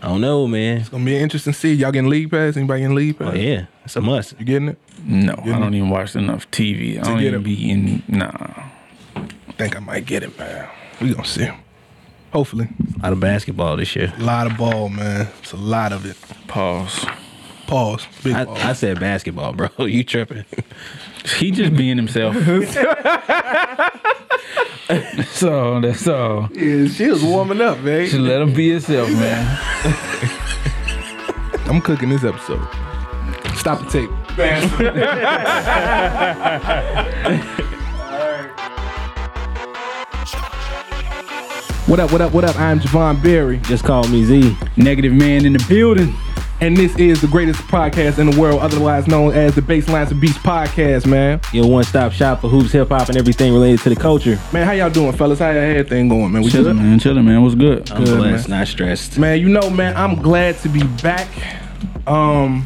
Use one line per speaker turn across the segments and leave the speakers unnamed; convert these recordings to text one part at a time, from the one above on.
don't know, man.
Gonna be interesting to see. Y'all getting league pass? Anybody in league pass?
Oh yeah, it's a must.
You getting it?
No, I don't even watch enough TV. I don't
get
even
him.
be in. Nah.
Think I might get it, man. We gonna see. Hopefully,
A lot of basketball this year.
a lot of ball, man. It's a lot of it.
Pause.
Pause. Big
I,
pause.
I said basketball, bro. You tripping?
He just being himself. so that's all.
yeah, she was warming up,
Just
man.
let him be himself, man.
I'm cooking this episode. Stop the tape. What up, what up, what up? I'm Javon Berry,
Just call me Z.
Negative man in the building.
and this is the greatest podcast in the world, otherwise known as the Baselines of Beats Podcast, man.
Your one stop shop for hoops, hip hop, and everything related to the culture.
Man, how y'all doing, fellas? How y'all everything going, man? We
Chilling, man. Chilling, man. What's good?
I'm
Good,
blessed, not stressed.
Man, you know, man, I'm glad to be back um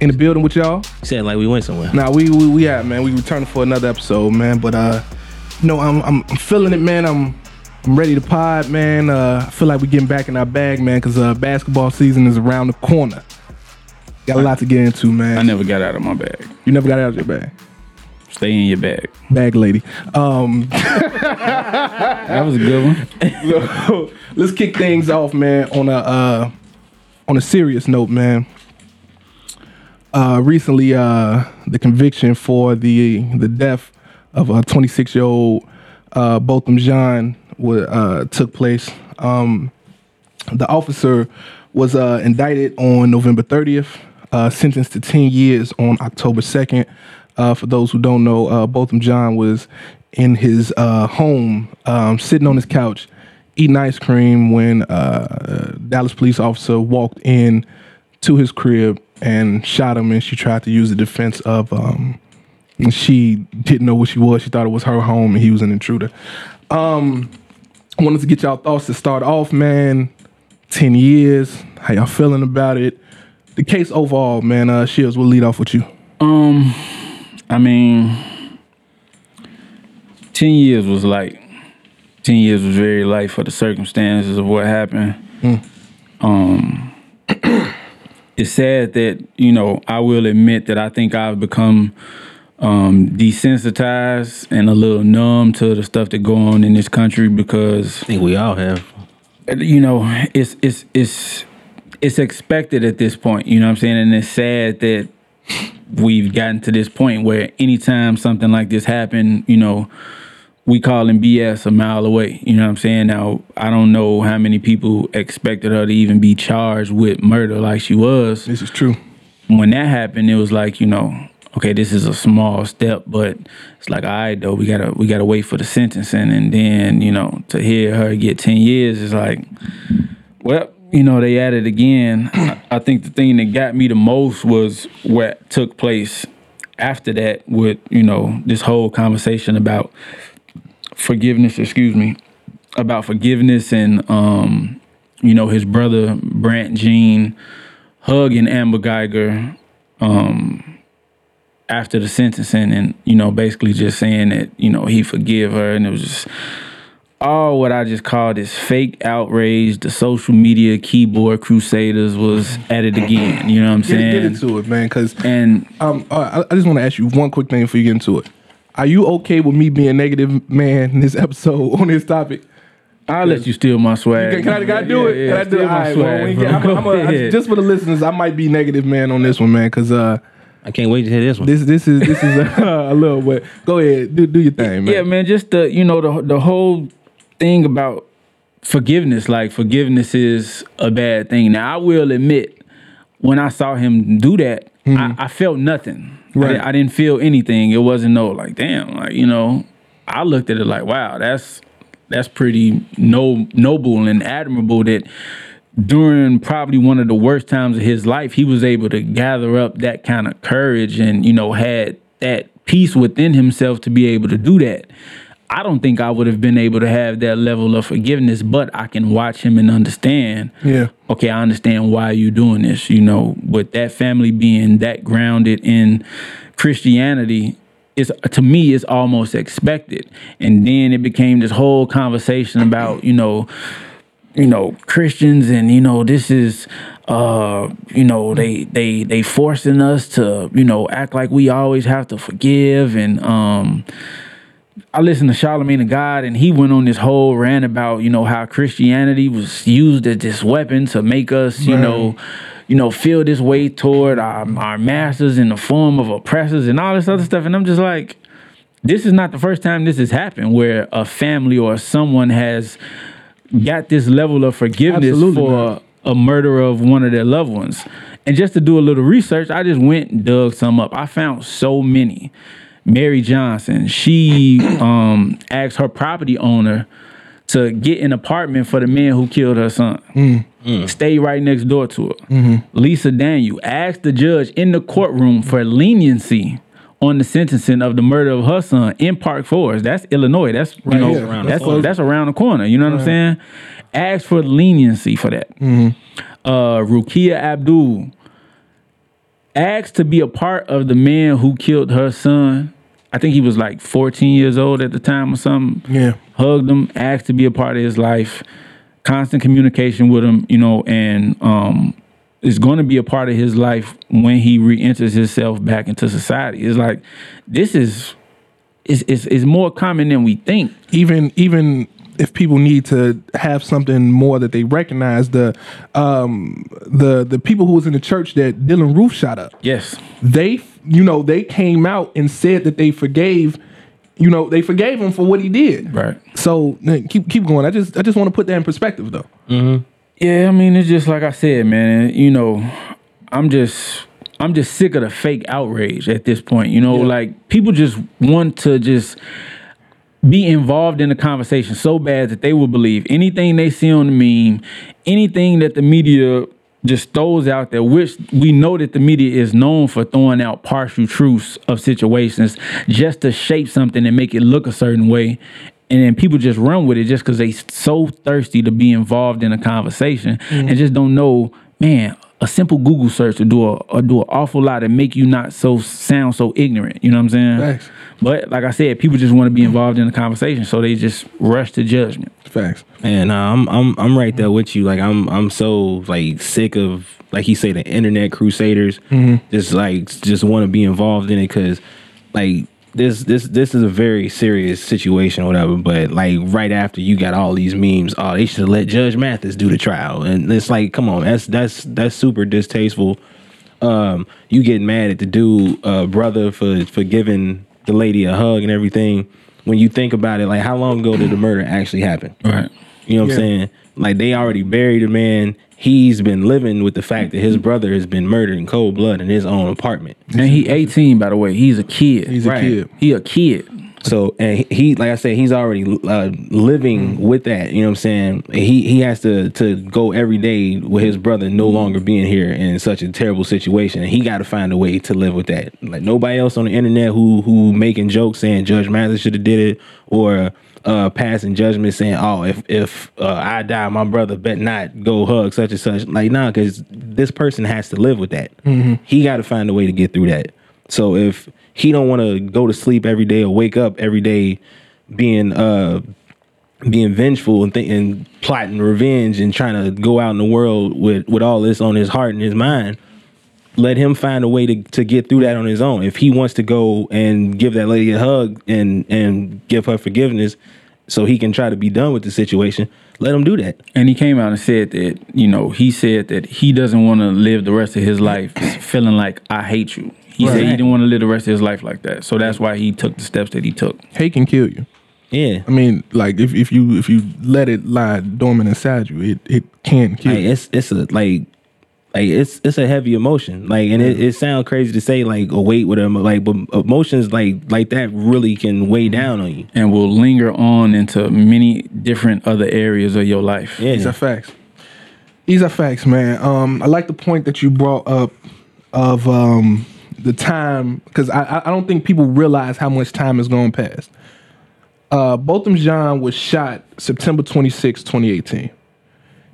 in the building with y'all.
Said like we went somewhere.
Now we we we at man, we returning for another episode, man. But uh you know, I'm I'm, I'm feeling it, man. I'm I'm ready to pod, man. Uh I feel like we're getting back in our bag, man, cause uh basketball season is around the corner. Got a lot to get into, man.
I never got out of my bag.
You never got out of your bag.
Stay in your bag.
Bag lady. Um
That was a good one.
So, let's kick things off, man, on a uh, on a serious note, man. Uh, recently, uh, the conviction for the the death of a 26 year old uh, Botham Jean wa- uh, took place. Um, the officer was uh, indicted on November 30th, uh, sentenced to 10 years on October 2nd. Uh, for those who don't know, uh, Botham John was in his uh, home, um, sitting on his couch, eating ice cream when uh, a Dallas police officer walked in to his crib and shot him. And she tried to use the defense of um, she didn't know what she was. She thought it was her home, and he was an intruder Um, wanted to get y'all thoughts to start off, man. Ten years, how y'all feeling about it? The case overall, man. Uh, Shields, we'll lead off with you.
Um, I mean, ten years was light. Ten years was very light for the circumstances of what happened. Um, it's sad that you know I will admit that I think I've become um, desensitized and a little numb to the stuff that go on in this country because
I think we all have.
you know, it's it's it's it's expected at this point. You know what I'm saying? And it's sad that we've gotten to this point where anytime something like this happened, you know, we calling BS a mile away. You know what I'm saying? Now I don't know how many people expected her to even be charged with murder like she was
This is true.
when that happened, it was like you know, okay, this is a small step, but it's like, all right, though, we gotta we gotta wait for the sentencing, and then you know, to hear her get ten years is like, well, you know, they at it again. I- I think the thing that got me the most was what took place after that with you know this whole conversation about forgiveness. Excuse me, about forgiveness and um, you know, his brother Brant Jean hugging Amber Geiger um, after the sentencing and, you know, basically just saying that, you know, he forgive her. And it was just all what I just called this fake outrage. The social media keyboard crusaders was at it again. You know what I'm
Get,
saying?
get into it, man. Cause
and
um, uh, I, I just want to ask you one quick thing before you get into it. Are you okay with me being negative, man, in this episode on this topic?
I'll let you steal my swag.
Can, can I, can I do it?
Yeah, yeah,
can I do it? All
steal my
right, well,
swag,
we
bro.
can- I'm, a-
Go
I'm a-
ahead.
just for the listeners, I might be negative, man, on this one, man. Cause uh,
I can't wait to hear this one.
this this is this is a, a little bit. Go ahead, do do your thing, man.
Yeah, man. Just the you know the the whole thing about forgiveness. Like forgiveness is a bad thing. Now I will admit, when I saw him do that, I, I felt nothing. Right. I,
Hmm. Right.
di- I didn't feel anything. It wasn't no like damn. Like you know, I looked at it like wow, that's that's pretty no noble and admirable that during probably one of the worst times of his life he was able to gather up that kind of courage and you know had that peace within himself to be able to do that i don't think i would have been able to have that level of forgiveness but i can watch him and understand
Yeah.
okay i understand why you doing this you know with that family being that grounded in christianity it's to me it's almost expected and then it became this whole conversation about you know you know Christians and you know this is uh you know they they they forcing us to you know act like we always have to forgive and um I listened to Charlemagne the God, and he went on this whole rant about you know how Christianity was used as this weapon to make us you
Right.
know you know feel this way toward our, our masters in the form of oppressors and all this other stuff. And I'm just like, this is not the first time this has happened where a family or someone has got this level of forgiveness
Absolutely
for
not.
a murder of one of their loved ones. And just to do a little research, I just went and dug some up. I found so many. Mary Johnson, she um, asked her property owner to get an apartment for the man who killed her son. Stay right next door to her. Lisa Daniel asked the judge in the courtroom for leniency on the sentencing of the murder of her son in Park Forest. That's Illinois. That's you know
here.
that's
Around
that's,
the corner.
around the corner. You know what I'm saying? Asked for leniency for that.
Mm-hmm.
Uh, Rukia Abdul asked to be a part of the man who killed her son. I think he was like 14 years old at the time or something.
Yeah.
Hugged him, asked to be a part of his life, constant communication with him, you know, and um is going to be a part of his life when he re-enters himself back into society. It's like this is is is, is more common than we think.
even even if people need to have something more that they recognize the um the the people who was in the church that Dylan Roof shot up
Yes.
they you know they came out and said that they forgave you know they forgave him for what he did
Right.
so n- keep keep going i just i just want to put that in perspective though
Yeah, I mean, it's just like I said, man. You know, I'm just I'm just sick of the fake outrage at this point. You know, like people just want to just be involved in the conversation so bad that they will believe anything they see on the meme, anything that the media just throws out there, which we know that the media is known for throwing out partial truths of situations just to shape something and make it look a certain way. And then people just run with it just because they so thirsty to be involved in a conversation and just don't know, man, a simple Google search to do a or do an awful lot and make you not so sound so ignorant. You know what I'm saying?
Facts.
But like I said, people just want to be involved in the conversation, so they just rush to judgment.
facts
Man, nah, uh, I'm I'm I'm right there with you. Like I'm I'm so like sick of like you say the internet crusaders. Just like just want to be involved in it because like this this this is a very serious situation or whatever. But like right after you got all these memes, oh they should let Judge Mathis do the trial, and it's like come on, that's that's that's super distasteful. Um, you get mad at the dude uh, brother for for giving the lady a hug and everything. When you think about it, like how long ago did the murder actually happen?
Right.
You know what
Yeah.
I'm saying? Like they already buried a man. He's been living with the fact that his brother has been murdered in cold blood in his own apartment.
And he 18, by the way. He's a kid.
he's a
Right.
kid
he a kid.
So and he- he, like I said, he's already uh, living with that. You know what I'm saying? And He he has to to go every day with his brother no longer being here in such a terrible situation. And he got to find a way to live with that. Like nobody else on the internet who who making jokes saying Judge Mathis should have did it or uh, passing judgment saying, oh, if if uh, I die, my brother bet not go hug such and such. Like nah, because this person has to live with that. He got to find a way to get through that. So if he don't want to go to sleep every day or wake up every day being uh being vengeful and think and plotting revenge and trying to go out in the world with with all this on his heart and his mind, let him find a way to to get through that on his own. If he wants to go and give that lady a hug and and give her forgiveness so he can try to be done with the situation, let him do that.
And he came out and said that, you know, he said that he doesn't want to live the rest of his life feeling like I hate you. He said he
Right.
didn't want to live the rest of his life like that. So that's why he took the steps that he took.
hate can kill you
Yeah.
i mean like if, if you if you let it lie dormant inside you it it can kill
Like
you.
it's it's a like like it's it's a heavy emotion. Like and it, it sounds crazy to say like a weight with them like but emotions like like that really can weigh down on you.
And will linger on into many different other areas of your life.
Yeah.
These are facts. These are facts, man. Um, I like the point that you brought up of um, the time because I, I- I don't think people realize how much time has gone past. Uh, Botham Jean was shot September 26, 2018.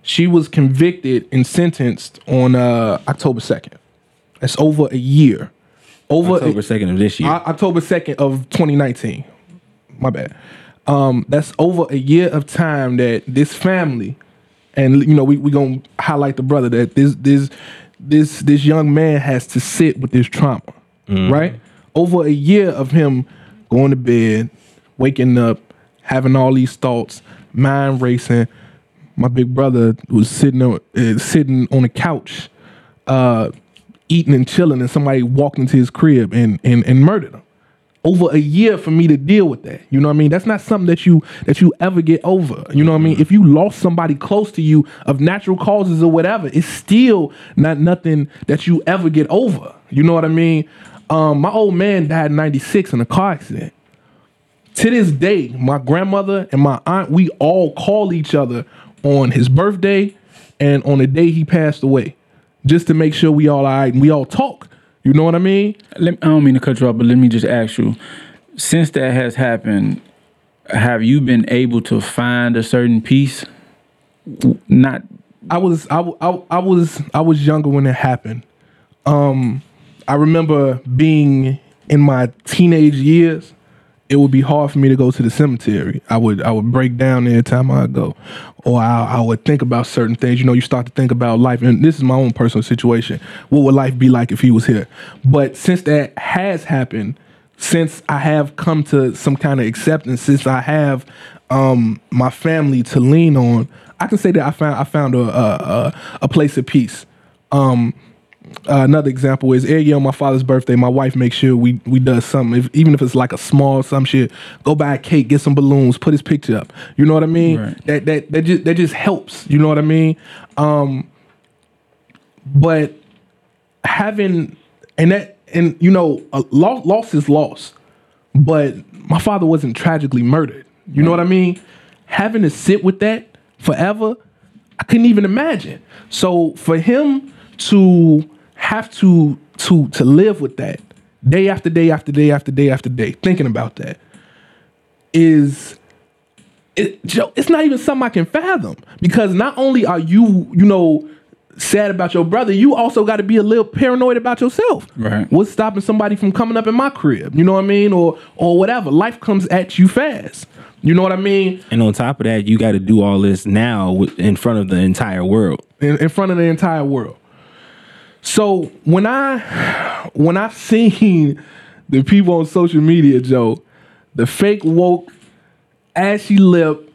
She was convicted and sentenced on uh, October 2nd. That's over a year. Over
October second of this year.
O- October 2nd of 2019. My bad. Um, that's over a year of time that this family and you know we we gonna highlight the brother that this this this this young man has to sit with this trauma, right? Over a year of him going to bed, waking up, having all these thoughts, mind racing. My big brother was sitting on uh, sitting on a couch, uh, eating and chilling, and somebody walked into his crib and and and murdered him over a year for me to deal with that. You know what I mean? That's not something that you that you ever get over. You know what I mean? If you lost somebody close to you of natural causes or whatever, it's still not nothing that you ever get over. You know what I mean? Um, my old man died in '96 in a car accident. To this day, my grandmother and my aunt, we all call each other on his birthday and on the day he passed away, just to make sure we all alright and we all talk. You know what I mean?
Let, I don't mean to cut you off, but let me just ask you: since that has happened, have you been able to find a certain piece? W- Not
I was I, w- I w- I was I was younger when it happened. Um, I remember being in my teenage years. It would be hard for me to go to the cemetery. I would I would break down every time I go, or I, I would think about certain things. You know, you start to think about life, and this is my own personal situation. What would life be like if he was here? But since that has happened, since I have come to some kind of acceptance, since I have um, my family to lean on, I can say that I found I found a a, a, a place of peace. Um, uh, another example is every year on my father's birthday, my wife makes sure we we does something, if, even if it's like a small some shit. Go buy a cake, get some balloons, put his picture up. You know what I mean?
Right.
That that that just that just helps. You know what I mean? Um, but having and that and you know a loss loss is loss but my father wasn't tragically murdered you know what i mean having to sit with that forever i couldn't even imagine so for him to have to to to live with that day after day after day after day after day thinking about that is it, Joe, it's not even something I can fathom because not only are you, you know, sad about your brother, you also got to be a little paranoid about yourself.
Right.
What's stopping somebody from coming up in my crib? You know what I mean? Or or whatever. Life comes at you fast. You know what I mean?
And on top of that, you got to do all this now with, in front of the entire world.
in, in front of the entire world. So when I when I've seen the people on social media, Joe, the fake woke, ashy lip,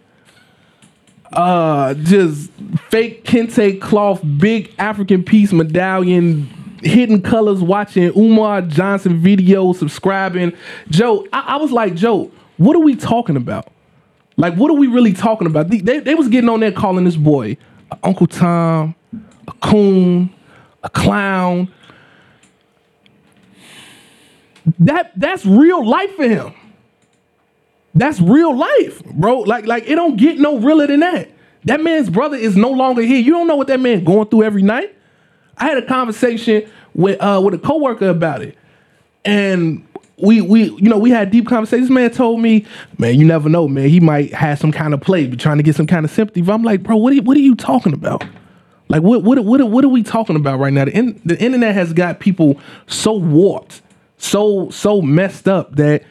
uh, just fake kente cloth, big African peace medallion, hidden colors, watching Umar Johnson video, subscribing, Joe, I, I was like, Joe, what are we talking about? Like, what are we really talking about? They, they, they was getting on there calling this boy a Uncle Tom, a coon, a clown. That that's real life for him. That's real life, bro. Like, like it don't get no realer than that. That man's brother is no longer here. You don't know what that man going through every night. I had a conversation with uh, with a coworker about it and we we you know we had deep conversations. This man told me, man, you never know, man. He might have some kind of play, be trying to get some kind of sympathy. But I'm like, bro, what are, you- what are you talking about? Like, what what what what are we talking about right now? The, in, the internet has got people so warped, so so messed up that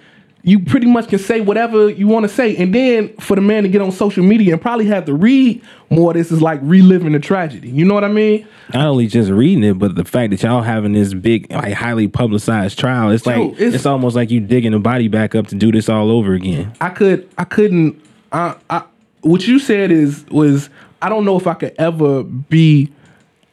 you pretty much can say whatever you want to say. And then for the man to get on social media and probably have to read more, this is like reliving the tragedy. You know what I mean?
Not only just reading it, but the fact that y'all having this big, like, highly publicized trial. It's like
Dude, it's-
it's, almost like you digging the body back up to do this all over again.
I could I couldn't I I what you said is was I don't know if I could ever be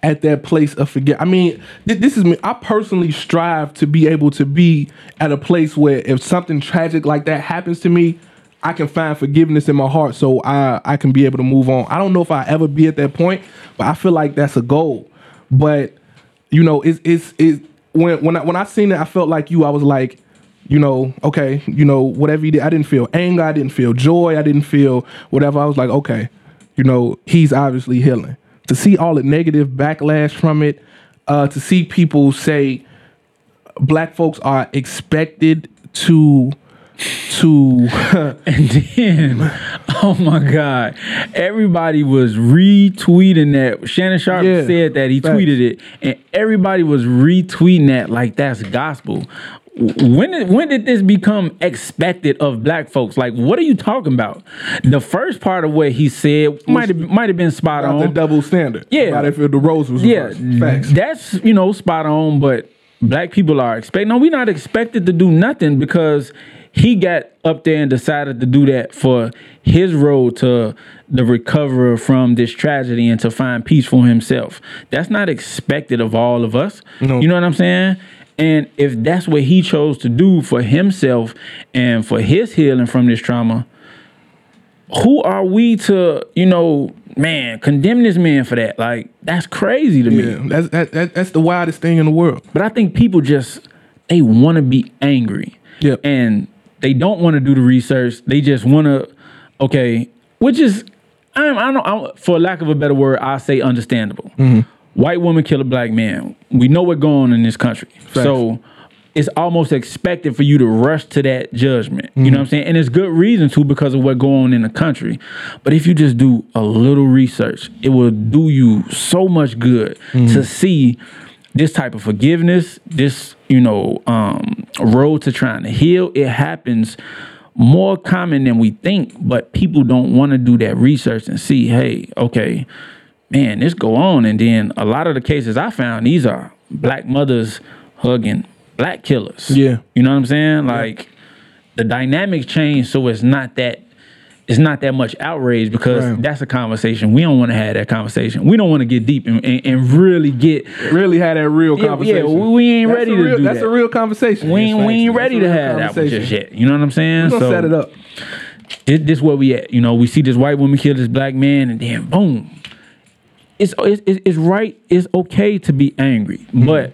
at that place of forget. I mean, th- this is me. I personally strive to be able to be at a place where if something tragic like that happens to me, I can find forgiveness in my heart so I I can be able to move on. I don't know if I ever be at that point, but I feel like that's a goal. But you know, it's it's it when when I when I seen it, I felt like you. I was like, you know, okay, you know, whatever you did, I didn't feel anger, I didn't feel joy, I didn't feel whatever. I was like, okay, you know, he's obviously healing. To see all the negative backlash from it, uh, to see people say black folks are expected to to
And then, oh my God, everybody was retweeting that. Shannon Sharp
Yeah,
said that he
facts.
tweeted it, and everybody was retweeting that like that's gospel. when did, when did this become expected of black folks? Like, what are you talking about? The first part of what he said might have might have been spot
About
on.
the double standard.
Yeah.
About if the rose was
yeah,
reversed. Facts.
that's you know spot on. But black people are expecting. No, we're not expected to do nothing because he got up there and decided to do that for his road to the recover from this tragedy and to find peace for himself. That's not expected of all of us.
No.
You know what I'm saying? And if that's what he chose to do for himself and for his healing from this trauma, who are we to, you know, man, condemn this man for that? Like, that's crazy to me.
yeah. That's that, that, that's the wildest thing in the world.
But I think people just they want to be angry.
Yep.
And they don't want to do the research. They just want to okay, which is I'm I don't I'm, for lack of a better word, I say understandable. White woman kill a black man. We know what's going on in this country. So it's almost expected for you to rush to that judgment. You know what I'm saying? And it's good reason to because of what's going on in the country. But if you just do a little research, it will do you so much good to see this type of forgiveness, this, you know, um, road to trying to heal, it happens more common than we think, but people don't want to do that research and see, hey, okay, man, this go on. And then a lot of the cases I found, these are black mothers hugging black killers.
Yeah.
You know what I'm saying? Like the dynamics change so it's not that it's not that much outrage because
Right.
that's a conversation. We don't want to have that conversation. We don't want to get deep and, and, and really get
Really had that real
yeah,
conversation.
we- we ain't
That's
ready
a
to
real-
do
That's
that.
a real conversation.
we ain't, we ain't
That's
ready
a
to
real
have that one
conversation.
just yet. You know what I'm saying?
We're gonna set it up.
This, this where we at. You know, we see this white woman kill this black man, and then boom. It's it's, it's it's right. It's okay to be angry, but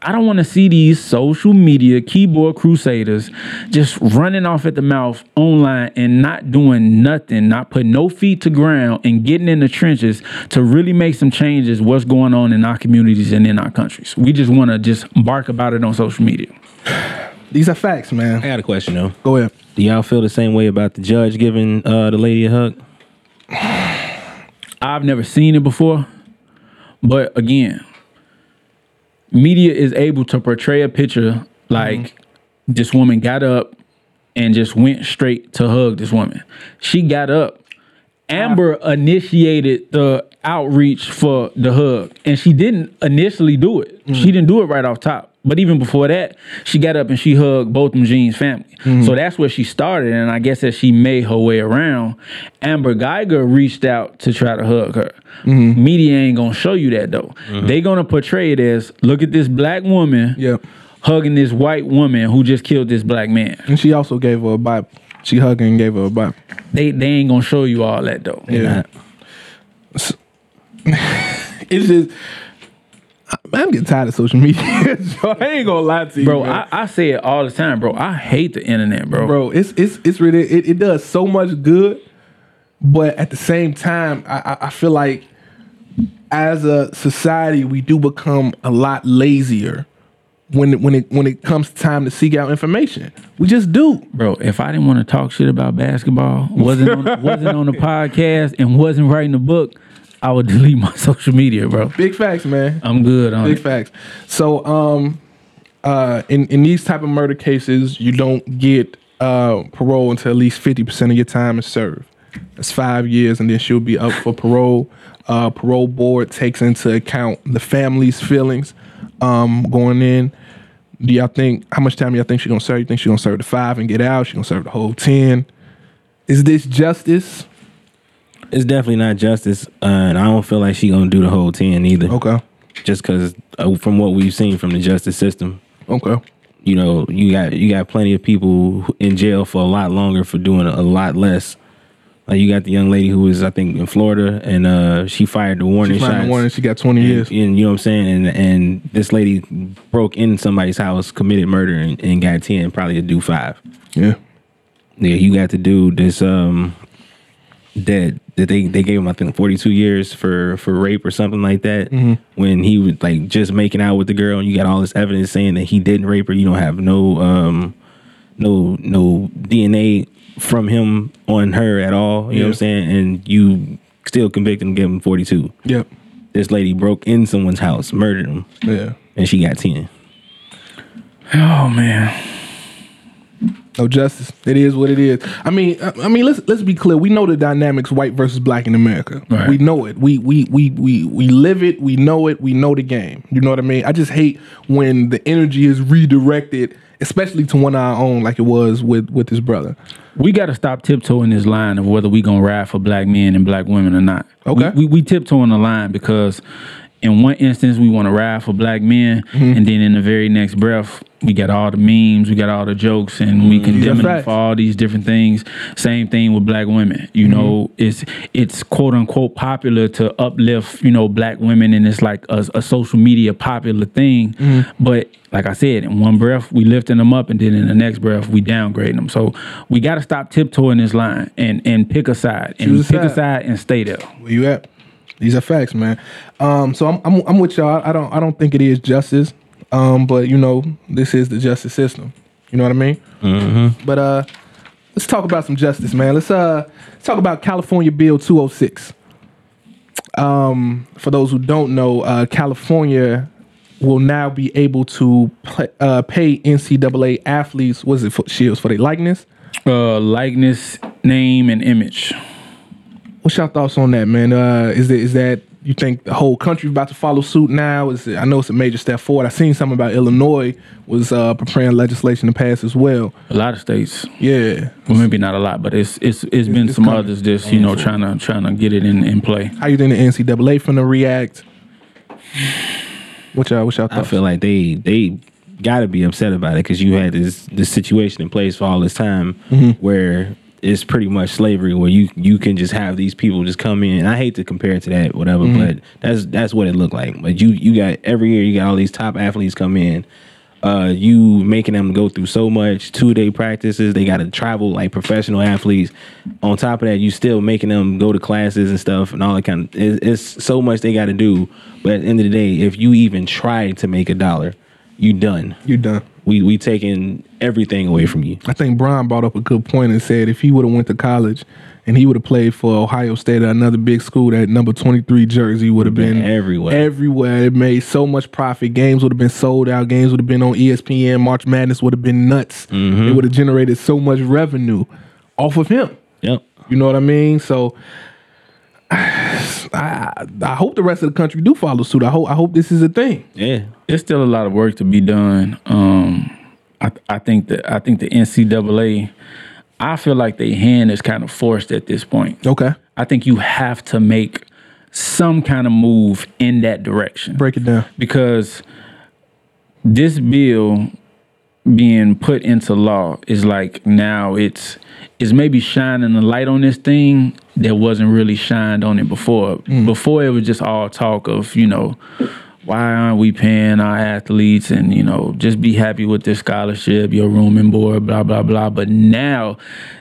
I don't want to see these social media keyboard crusaders just running off at the mouth online and not doing nothing, not putting no feet to ground, and getting in the trenches to really make some changes. What's going on in our communities and in our countries? We just want to just bark about it on social media.
These are facts,
I
man.
got a question though.
Go ahead.
Do y'all feel the same way about the judge giving uh, the lady a hug?
I've never seen it before. But again, media is able to portray a picture like this woman got up and just went straight to hug this woman. She got up. Amber initiated the outreach for the hug, and she didn't initially do it. She didn't do it right off top. But even before that, she got up and she hugged both Jean's family. So that's where she started. And I guess as she made her way around, Amber Geiger reached out to try to hug her. Media ain't gonna show you that though. They gonna portray it as look at this black woman
Yep.
hugging this white woman who just killed this black man.
And she also gave her a Bible. She hugged and gave her a Bible.
They they ain't gonna show you all that though.
Yeah. It's just I'm getting tired of social media. so I ain't gonna lie to you,
Bro,
man.
I, I say it all the time, bro. I hate the internet, bro.
bro, it's it's it's really it, it does so much good, but at the same time, I, I I feel like as a society we do become a lot lazier when it, when it when it comes time to seek out information. We just do.
Bro, if I didn't want to talk shit about basketball, wasn't on, wasn't on the podcast and wasn't writing a book, I would delete my social media, bro.
Big facts, man.
I'm good on
Big
it.
facts. So, um, uh, in in these type of murder cases, you don't get uh, parole until at least fifty percent of your time is served. That's five years, and then she'll be up for parole. Uh, parole board takes into account the family's feelings um, going in. Do y'all think how much time y'all think she's gonna serve? You think she's gonna serve the five and get out? She gonna serve the whole ten? Is this justice?
It's definitely not justice, uh, and I don't feel like she gonna do the whole ten either.
Okay,
Just because uh, from what we've seen from the justice system,
okay,
you know, you got you got plenty of people who- in jail for a lot longer for doing a lot less. Like you got the young lady who was, I think, in Florida, and uh, she fired the warning
She
shots. e-
find the warning. She got twenty years.
and, and you know what I'm saying, and and this lady broke in somebody's house, committed murder, and, and got ten, probably a do five.
Yeah,
Yeah, you got the dude that's um that that they they gave him I think 42 years for for rape or something like that when he was like just making out with the girl and you got all this evidence saying that he didn't rape her. You don't have no um no no DNA from him on her at all. You know what
Yeah.
I'm saying? And you still convict him, give him 42.
yep,
This lady broke in someone's house, murdered him,
yeah.
and she got 10.
Oh man.
No justice. It is what it is. I mean, I, I mean, let's let's be clear. We know the dynamics white versus black in America.
Right.
We know it. We we we we we live it. We know it. We know the game. You know what I mean? I just hate when the energy is redirected, especially to one of our own, like it was with with his brother.
We got to stop tiptoeing this line of whether we gonna ride for black men and black women or not.
Okay.
We, we, we tiptoeing the line because in one instance we want to ride for black men,
Mm-hmm.
and then in the very next breath we got all the memes, we got all the jokes, and we condemn them
facts.
for all these different things. Same thing with black women. You
Mm-hmm.
know, it's it's quote unquote popular to uplift you know black women, and it's like a, a social media popular thing.
Mm-hmm.
But like I said, in one breath we lifting them up, and then in the next breath we downgrading them. So we got to stop tiptoeing this line and and pick a side and
Choose a
pick a
side.
side and stay there.
Where you at? These are facts, man. Um, so I'm, I'm I'm with y'all. I don't I don't think it is justice. Um, but you know, this is the justice system. You know what I mean? Mm-hmm. But uh, let's talk about some justice, man. Let's uh, let's talk about California Bill 206. Um, for those who don't know, uh, California will now be able to pla uh, pay NCAA athletes. What is it for shields for their likeness?
Uh, likeness, name, and image.
What's your thoughts on that, man? Uh, is it is that you think the whole country about to follow suit now? Is it, I know it's a major step forward. I seen something about Illinois was uh, preparing legislation to pass as well.
A lot of states.
Yeah,
Well, maybe not a lot, but it's it's it's been
it's
some
coming.
others just you know trying to trying to get it in, in play.
how you think the NCAA finna react? What y'all what y'all
I
thoughts?
feel like they they got to be upset about it because you had this this situation in place for all this time where it's pretty much slavery where you you can just have these people just come in and I hate to compare it to that whatever but that's that's what it looked like but you you got every year you got all these top athletes come in uh you making them go through so much two day practices they got to travel like professional athletes on top of that you still making them go to classes and stuff and all that kind of it, it's so much they got to do but at the end of the day if you even try to make a dollar you done
you done.
we we taking everything away from you
I think Brian brought up a good point and said if he would have went to college and he would have played for Ohio State or another big school, that number twenty three jersey would have been,
Been everywhere.
Everywhere it made so much profit. Games would have been sold out. Games would have been on E ESPN. March Madness would have been nuts. It would have generated so much revenue off of him.
yep
You know what I mean? So I, I hope the rest of the country do follow suit. I hope I hope this is a thing.
yeah
There's still a lot of work to be done. Um, I I think that I think the NCAA, I feel like their hand is kind of forced at this point.
Okay,
I think you have to make some kind of move in that direction.
break it down.
because this bill being put into law is like now it's is maybe shining a light on this thing that wasn't really shined on it before. Before it was just all talk of, you know, why aren't we paying our athletes and, you know, just be happy with their scholarship, your room and board, blah, blah, blah. But now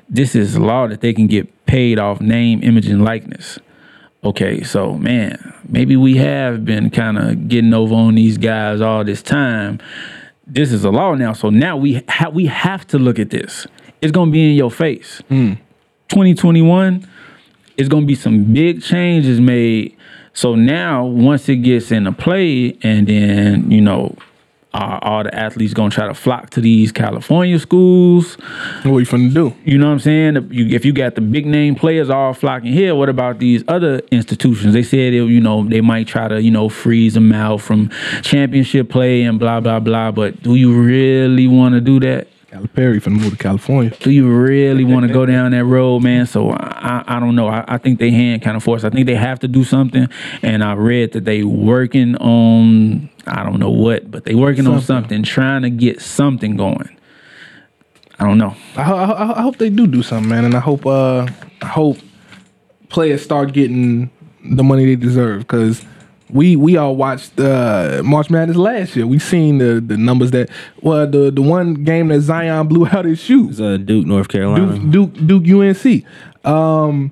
this is law that they can get paid off name, image, and likeness okay, so man, maybe we have been kind of getting over on these guys all this time. This is a law now, so now we ha- we have to look at this. It's gonna be in your face. 2021, it's gonna be some big changes made. So now, once it gets into play, and then you know, uh, all the athletes gonna try to flock to these California schools.
What you finna do?
You know what I'm saying? You, if you got the big name players all flocking here, what about these other institutions? They said, they, you know, they might try to, you know, freeze them out from championship play and blah, blah, blah. But do you really want to do that?
Calipari finna move to California.
Do you really want to go down that road, man? So I, I I don't know. I, I think they hand kind of forced. I think they have to do something. And I read that they working on I don't know what, but they working on something, trying to get something going. I don't know.
I, ho- I, ho- I hope they do do something, man, and I hope uh, I hope players start getting the money they deserve because we we all watched uh, March Madness last year. We seen the the numbers that well the the one game that Zion blew out his shoes.
it's uh, Duke North Carolina
Duke Duke, Duke UNC. Um,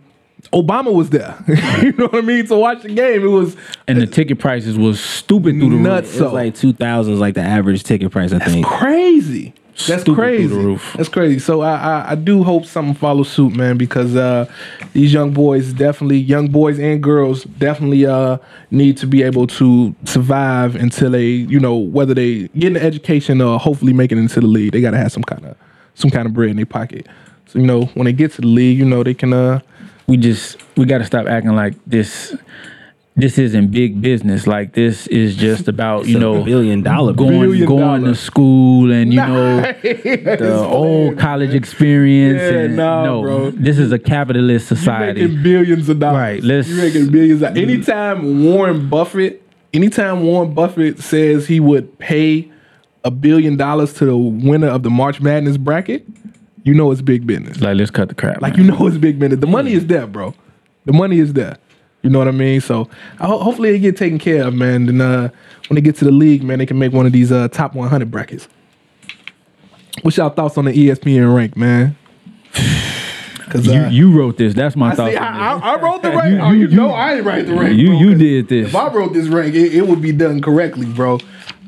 Obama was there. you know what I mean? To watch the game, it was
and the ticket prices was stupid through the
nuts.
it's like two thousands like the average ticket price I think
Crazy. That's
Stupid
crazy.
Through the roof.
That's crazy. So I, I I do hope something follows suit, man, because uh, these young boys definitely, young boys and girls definitely uh, need to be able to survive until they, you know, whether they get an education or hopefully make it into the league, they gotta have some kind of some kind of bread in their pocket. So you know, when they get to the league, you know, they can. Uh,
we just we got to stop acting like this this isn't big business like this is just about you
a
know
billion dollar
going
Billion
going
dollar.
to school and you know the old college experience
Yeah,
and
nah,
no
bro.
this is a capitalist
You're making
society
billions of dollars.
Right, let's-
You're making billions. Of, anytime Warren Buffett, anytime Warren Buffett says he would pay a billion dollars to the winner of the March Madness bracket, you know it's big business.
like let's cut the crap
Like
like
you know it's big business. The money is there, bro. The money is there. You know what I mean? So I ho- hopefully they get taken care of, man. And uh, when they get to the league, man, they can make one of these uh, top 100 brackets. What's y'all thoughts on the E ESPN rank, man? uh, Because
you, you wrote this that's my
I
thoughts
see.
on
I,
this.
I, I wrote the rank. oh, you, know I ain't write the rank.
you
bro,
you
'cause
did this
If I wrote this rank, it, it would be done correctly, bro.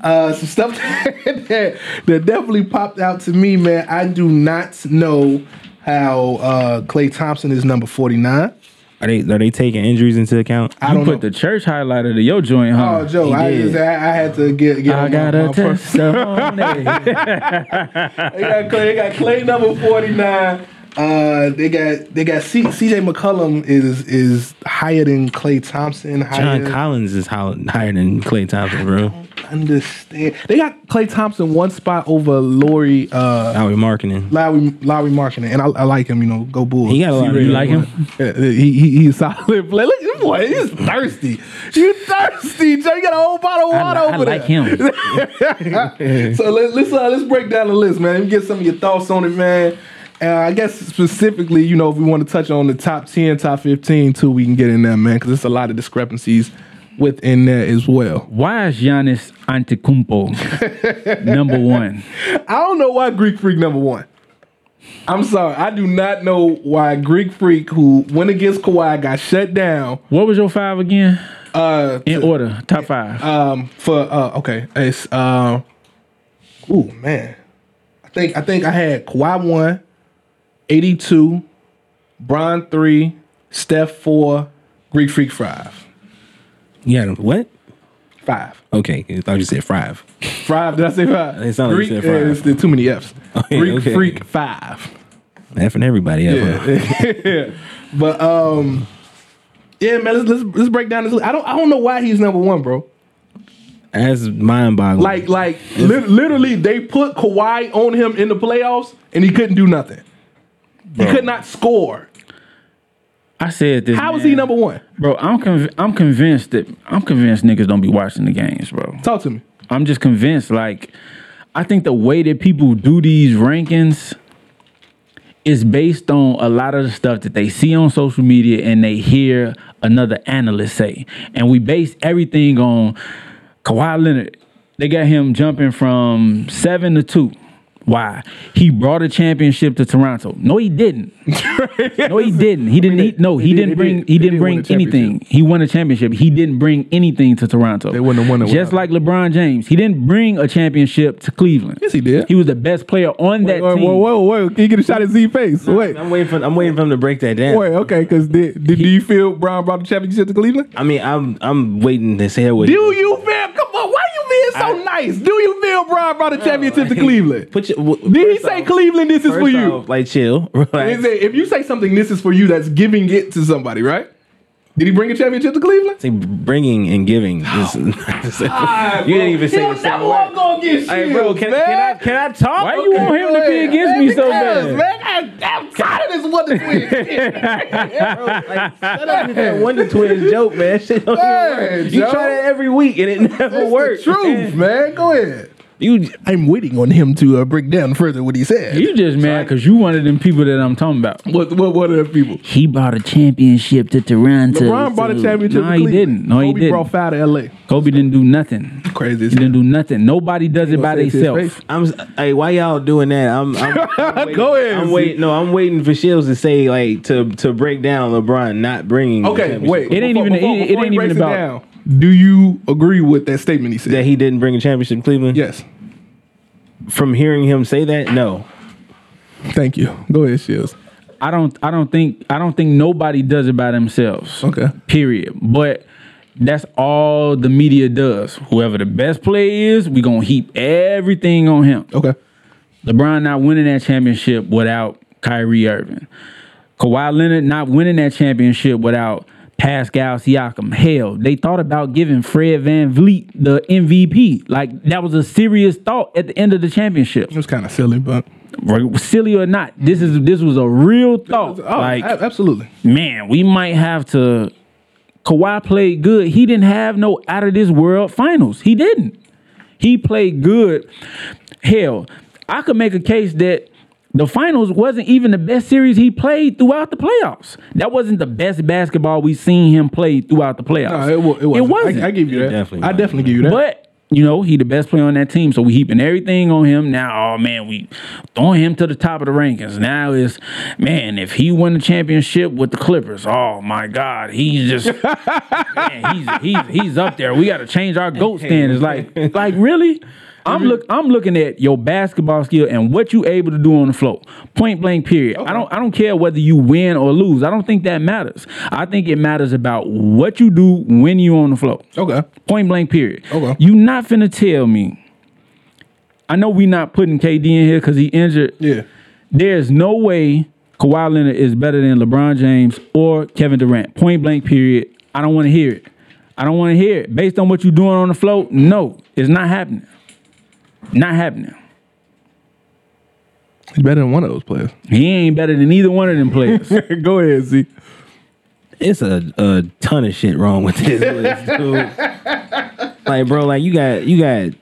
Uh, some stuff that, that definitely popped out to me, man. I do not know how uh, Clay Thompson is number forty nine.
Are they are they taking injuries into account?
I
you
don't
put
know.
the church highlighter to your joint huh
Oh, Joe,
He
I,
did.
just, I, I had to get get.
I
on
got
my,
a
my first-
testimony.
They got Clay. They got Clay number forty nine. Uh, they got they got C, C.J. McCollum is is higher than Clay Thompson. Higher,
John Collins is ho- higher than Clay Thompson, bro.
understand. They got Clay Thompson one spot over Lori uh
How we marketing?
Lowry Lowry Marketing, and I, I like him. You know, go Bulls.
He got a lot.
you like him
Yeah, he, he he's solid. Play. Look, this boy, he's thirsty. You thirsty, Joe? You got a whole bottle of
I,
water
I
over
like
there.
him
so let, let's uh, let's break down the list, man. Let me get some of your thoughts on it, man. Uh, I guess specifically, you know, if we want to touch on the top ten, top fifteen, too, we can get in there, man, because there's a lot of discrepancies within there as well.
why is Giannis Antetokounmpo number one
I don't know why Greek Freak number one. I'm sorry, I do not know why Greek Freak, who went against Kawhi, got shut down.
What was your five again?
Uh,
In order, top five.
um, for uh, okay, it's uh, ooh man, I think I think I had Kawhi one, 82, Bron three, Steph four, Greek Freak five,
You had him. What?
five,
Okay, I thought you said five.
five. Did I say five?
It sounded like
Greek,
you said five.
uh, it's- there's too many F's.
Okay,
Greek
okay.
Freak five.
Effing everybody up. huh?
But um, yeah, man, let's let's, let's break down this. I don't I don't know why he's number one, bro.
That's mind boggling.
Like like li- literally, they put Kawhi on him in the playoffs, and he couldn't do nothing. He could not score.
I said this.
How is
man.
he number one?
Bro, I'm conv- I'm convinced that I'm convinced niggas don't be watching the games, bro.
Talk to me.
I'm just convinced. Like, I think the way that people do these rankings is based on a lot of the stuff that they see on social media and they hear another analyst say. And we base everything on Kawhi Leonard. They got him jumping from seven to two. Why? He brought a championship to Toronto. No, he didn't. No, he didn't. He didn't. He, no, he
did-
didn't
they
bring.
did. They
He didn't
did win
bring
the
anything. He won a championship. He didn't bring anything to Toronto. They
wouldn't have won it
Just
without
like LeBron James, he didn't bring a championship to Cleveland.
Yes, he did.
He was the best player on that
Whoa,
team.
whoa, whoa, whoa! Can you get a shot at Z face? Wait,
I'm waiting for I'm waiting for him to break that down.
wait, okay. Because did, did do you feel Brown brought the championship to Cleveland?
I mean, I'm I'm waiting to see what.
Do you feel? Come on, why you being so nice? Do you feel Brown brought the championship to Cleveland?
Put your, w-
Did he
first
say
off-
Cleveland? This is
first
for you.
off, Like chill. Relax.
Is it- if you say something, this is for you. That's giving it to somebody, right? Did he bring a championship to Cleveland?
See, bringing and giving. Is,
Oh,
you didn't even say the same
I'm
word.
gonna get shit,
Hey, bro, can, can I can I talk?
Why you want him to be against me so bad?
Man, I, am tired of this one
That Wonder Twins joke, man. Shit don't even
Hey,
work. You
Joe.
try that every week and it never works.
Truth, man. Go ahead.
You
I'm waiting on him to uh, break down further what he said.
You just mad because you one of them people that I'm talking about.
What? What? What are the people?
He brought a championship to Toronto.
LeBron brought a championship. to
No, he
Cleveland.
didn't. No, he
Kobe
didn't.
brought five to L.A.
Kobe didn't do nothing.
Crazy. as
He didn't
hell.
do nothing. Nobody does it
Say it
by
to his
themselves.
face.
I'm s- hey, why y'all doing that? I'm, I'm, I'm waiting,
Go ahead,
I'm
Z.
waiting. No, I'm waiting for Shields to say like to to break down LeBron not bringing. the
Okay,
championship.
wait.
It ain't even- it- it ain't
he
even
breaks
about-
down, do you agree with that statement he said?
that he didn't bring a championship to Cleveland.
yes.
from hearing him say that, no.
Thank you. Go ahead, Shields.
I don't I don't think I don't think nobody does it by themselves.
Okay.
Period. But that's all the media does. Whoever the best player is, we gonna heap everything on him.
Okay.
LeBron not winning that championship without Kyrie Irving. Kawhi Leonard not winning that championship without Pascal Siakam. Hell, they thought about giving Fred Van Vliet the MVP. Like that was a serious thought at the end of the championship.
It was kind of silly, but
Right, Silly or not, this is this was a real thought.
oh,
like
a- absolutely.
man, we might have to. Kawhi played good. He didn't have no out of this world finals. He didn't. He played good. Hell, I could make a case that the finals wasn't even the best series he played throughout the playoffs. That wasn't the best basketball we seen him play throughout the playoffs.
No, it, wa- it wasn't. I, I give you that.
definitely
I
wasn't.
definitely give you that.
but you know, he the best player on that team, so we heaping everything on him now. Oh man, we throwing him to the top of the rankings. Now is man, if he won the championship with the Clippers, oh my God, he's just man, he's he's he's up there. We got to change our goat standards. Like like really. I'm look. I'm looking at your basketball skill and what you able to do on the floor. Point blank. Period. I don't. I don't care whether you win or lose. I don't think that matters. I think it matters about what you do when you on the floor.
okay.
Point blank period.
Okay.
You not finna tell me. I know we not putting KD in here because he injured.
Yeah.
There's no way Kawhi Leonard is better than LeBron James or Kevin Durant. Point blank period. I don't want to hear it. I don't want to hear it. Based on what you're doing on the float, no, it's not happening. Not happening.
He's better than one of those players.
He ain't better than either one of them players.
Go ahead, Z.
It's a, a ton of shit wrong with this list, dude. like, bro, like you got you got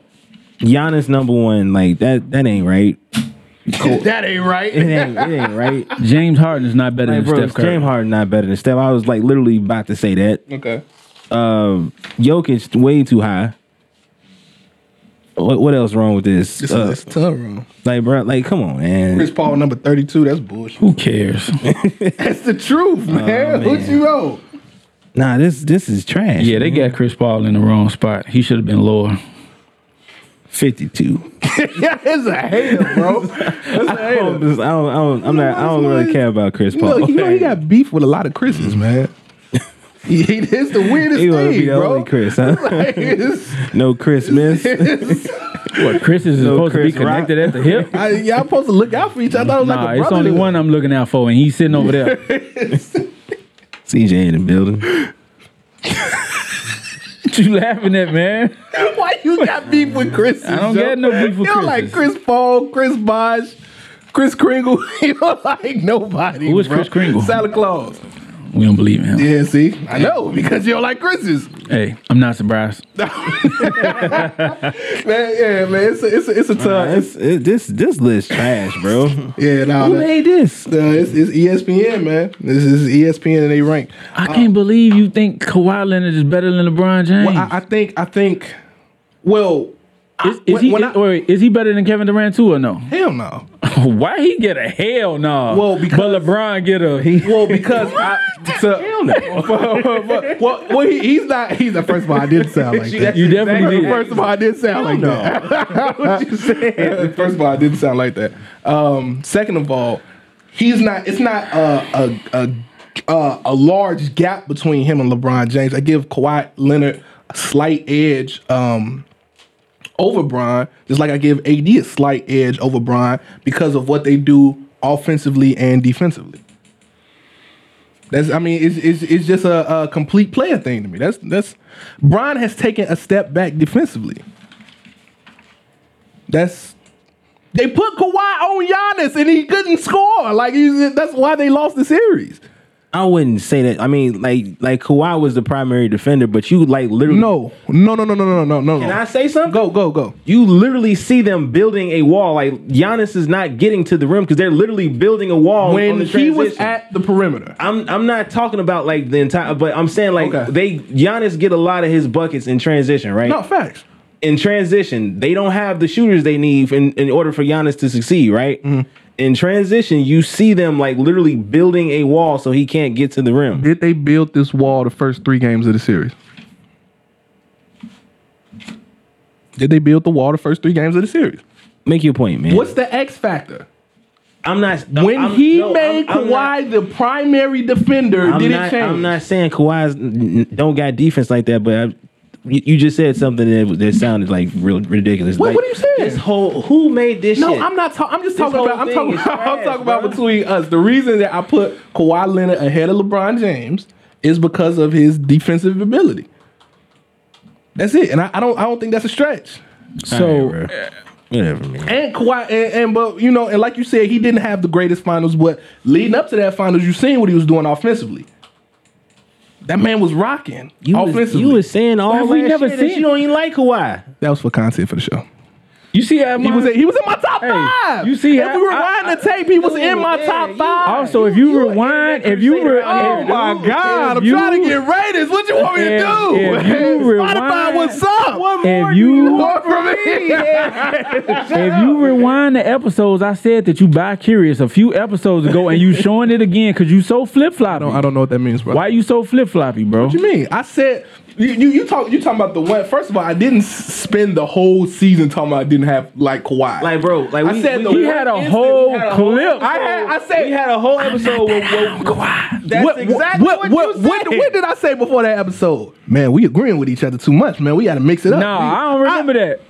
Giannis number one. Like that that ain't right.
That ain't
It
right.
ain't it ain't right.
James Harden is not better
Like,
than
bro,
Steph Curry.
James Harden not better than Steph. I was like literally about to say that.
Okay.
Um, Jokic way too high. What, what else wrong with this?
This
Uh,
is it's tough, bro.
like, bro, like come on, man.
Chris Paul number thirty-two. That's bullshit.
Who cares?
That's the truth, man. What you know?
Nah, this this is trash.
yeah, they got Chris Paul in the wrong spot. He should have been lower.
fifty two.
yeah, it's a hater, bro. It's a
I don't,
hater.
I don't, I don't, I'm not, I don't really care about Chris
You know,
Paul.
you know he got beef with a lot of Chris's,
Mm-hmm.
man. He, he, it's the weirdest
He wanna
thing,
be the
bro.
only Chris, huh?
Like, it's-
no Christmas.
What Chris is supposed
Chris
to be connected at the hip?
I, y'all supposed to look out for each other. I thought it was
Nah,
like a
it's only
brotherhood.
one I'm looking out for, and he's sitting over there.
CJ in the building.
what you laughing at, man?
Why you got beef with Chris?
I don't get no beef with
You don't like
Chris's.
Chris Paul, Chris Bosh, Chris Kringle. you don't like nobody.
Who is
bro.
Chris Kringle?
Santa Claus.
We don't believe in him.
Yeah, see, I know because you don't like Chris's.
Hey, I'm not surprised.
Man, yeah, man, it's a, it's a, it's a
Nah,
tough.
it's- it- this this list trash, bro. Who
yeah, nah, that-
made this?
nah, it's, it's E ESPN, man. This is E ESPN and they rank.
I can't believe you think Kawhi Leonard is better than LeBron James.
Well, I, I think, I think, well,
is, is
when-
he
when I-
or is he better than Kevin Durant too or no?
hell no.
Why he get a hell no?
Well, because-
but LeBron get a
Well, because I, so, hell no. well, well, he, he's not. He's not. First of all, I didn't sound like that.
you definitely did.
First of all, I didn't sound like that. what you saying? First of all, I didn't sound like that. Um, second of all, he's not. It's not a a a, a, a large gap between him and LeBron James. I give Kawhi Leonard a slight edge. Um, over Bron, just like I give AD a slight edge over Bron because of what they do offensively and defensively. That's I mean it's it's, it's just a, a complete player thing to me. That's that's Bron has taken a step back defensively. That's they put Kawhi on Giannis and he couldn't score. Like he's, that's why they lost the series.
I wouldn't say that. I mean, like like Kawhi was the primary defender, but you like literally.
No, no, no, no, no, no, no, no.
Can
no.
I say something?
Go, go, go.
You literally see them building a wall. Like Giannis is not getting to the rim because they're literally building a wall. on
When
the
he was
transition.
at the perimeter,
I'm I'm not talking about like the entire, but I'm saying like
Okay.
they Giannis get a lot of his buckets in transition, right?
no facts.
in transition, they don't have the shooters they need in, in order for Giannis to succeed, right?
Mm-hmm.
In transition, you see them like literally building a wall so he can't get to the rim.
Did they build this wall the first three games of the series? Did they build the wall the first three games of the series?
make your point, man.
What's the X factor?
I'm not
When
I'm-
he
no, I'm-
made
I'm not-
Kawhi the primary defender,
I'm
did
not,
it change?
I'm not saying Kawhi's n- n- don't got defense like that, but I, you, you just said something that, was- that sounded like real ridiculous.
What-
like,
what are you saying?
This whole who made this?
No,
shit?
I'm not talking. I'm just
This
talking
whole
about. I'm
thing
talking
is
about. I'm
trash,
talking about
bro.
between us. The reason that I put Kawhi Leonard ahead of LeBron James is because of his defensive ability. That's it, and I, I don't. I don't think that's a stretch.
All
So
right, bro. whatever, man.
and Kawhi and, and but you know and like you said, he didn't have the greatest finals. But leading up to that finals, you seen what he was doing offensively. That man was rocking
You was,
offensively.
you was saying all
Have
that
we never
shit that
seen-
you don't even like Kawhi.
that was for content for the show.
You see how
He was in, he was in my top five.
you see
if
how-
we
I-
rewind the tape, he was in my
yeah,
top
you-
five.
also if you, rewind, if you
crusader
re-
out here,
Oh
dude.
if-
my God! I'm
you-
trying to get ratings. What you want me to
If-
do?
if you
Spotify,
rewind-
what's up? What
more do you you-
want from me?
If you rewind the episodes, I said that you bi curious a few episodes ago, and you showing it again because you so flip floppy.
I don't know what that means, bro.
Why you so flip floppy, bro?
What you mean? I said you, you you talk you talking about the one. First of all, I didn't s- spend the whole season talking about I didn't have like Kawhi.
Like, bro, like
I
we,
said
we,
the
we
one
had
a
instance,
whole
we had a
clip.
I had I said
we had a whole episode. where- where- That's exactly what, you said.
What, what did I say before that episode? Man, we agreeing with each other too much, man. We got to mix it up.
Nah,
We-
I don't remember that.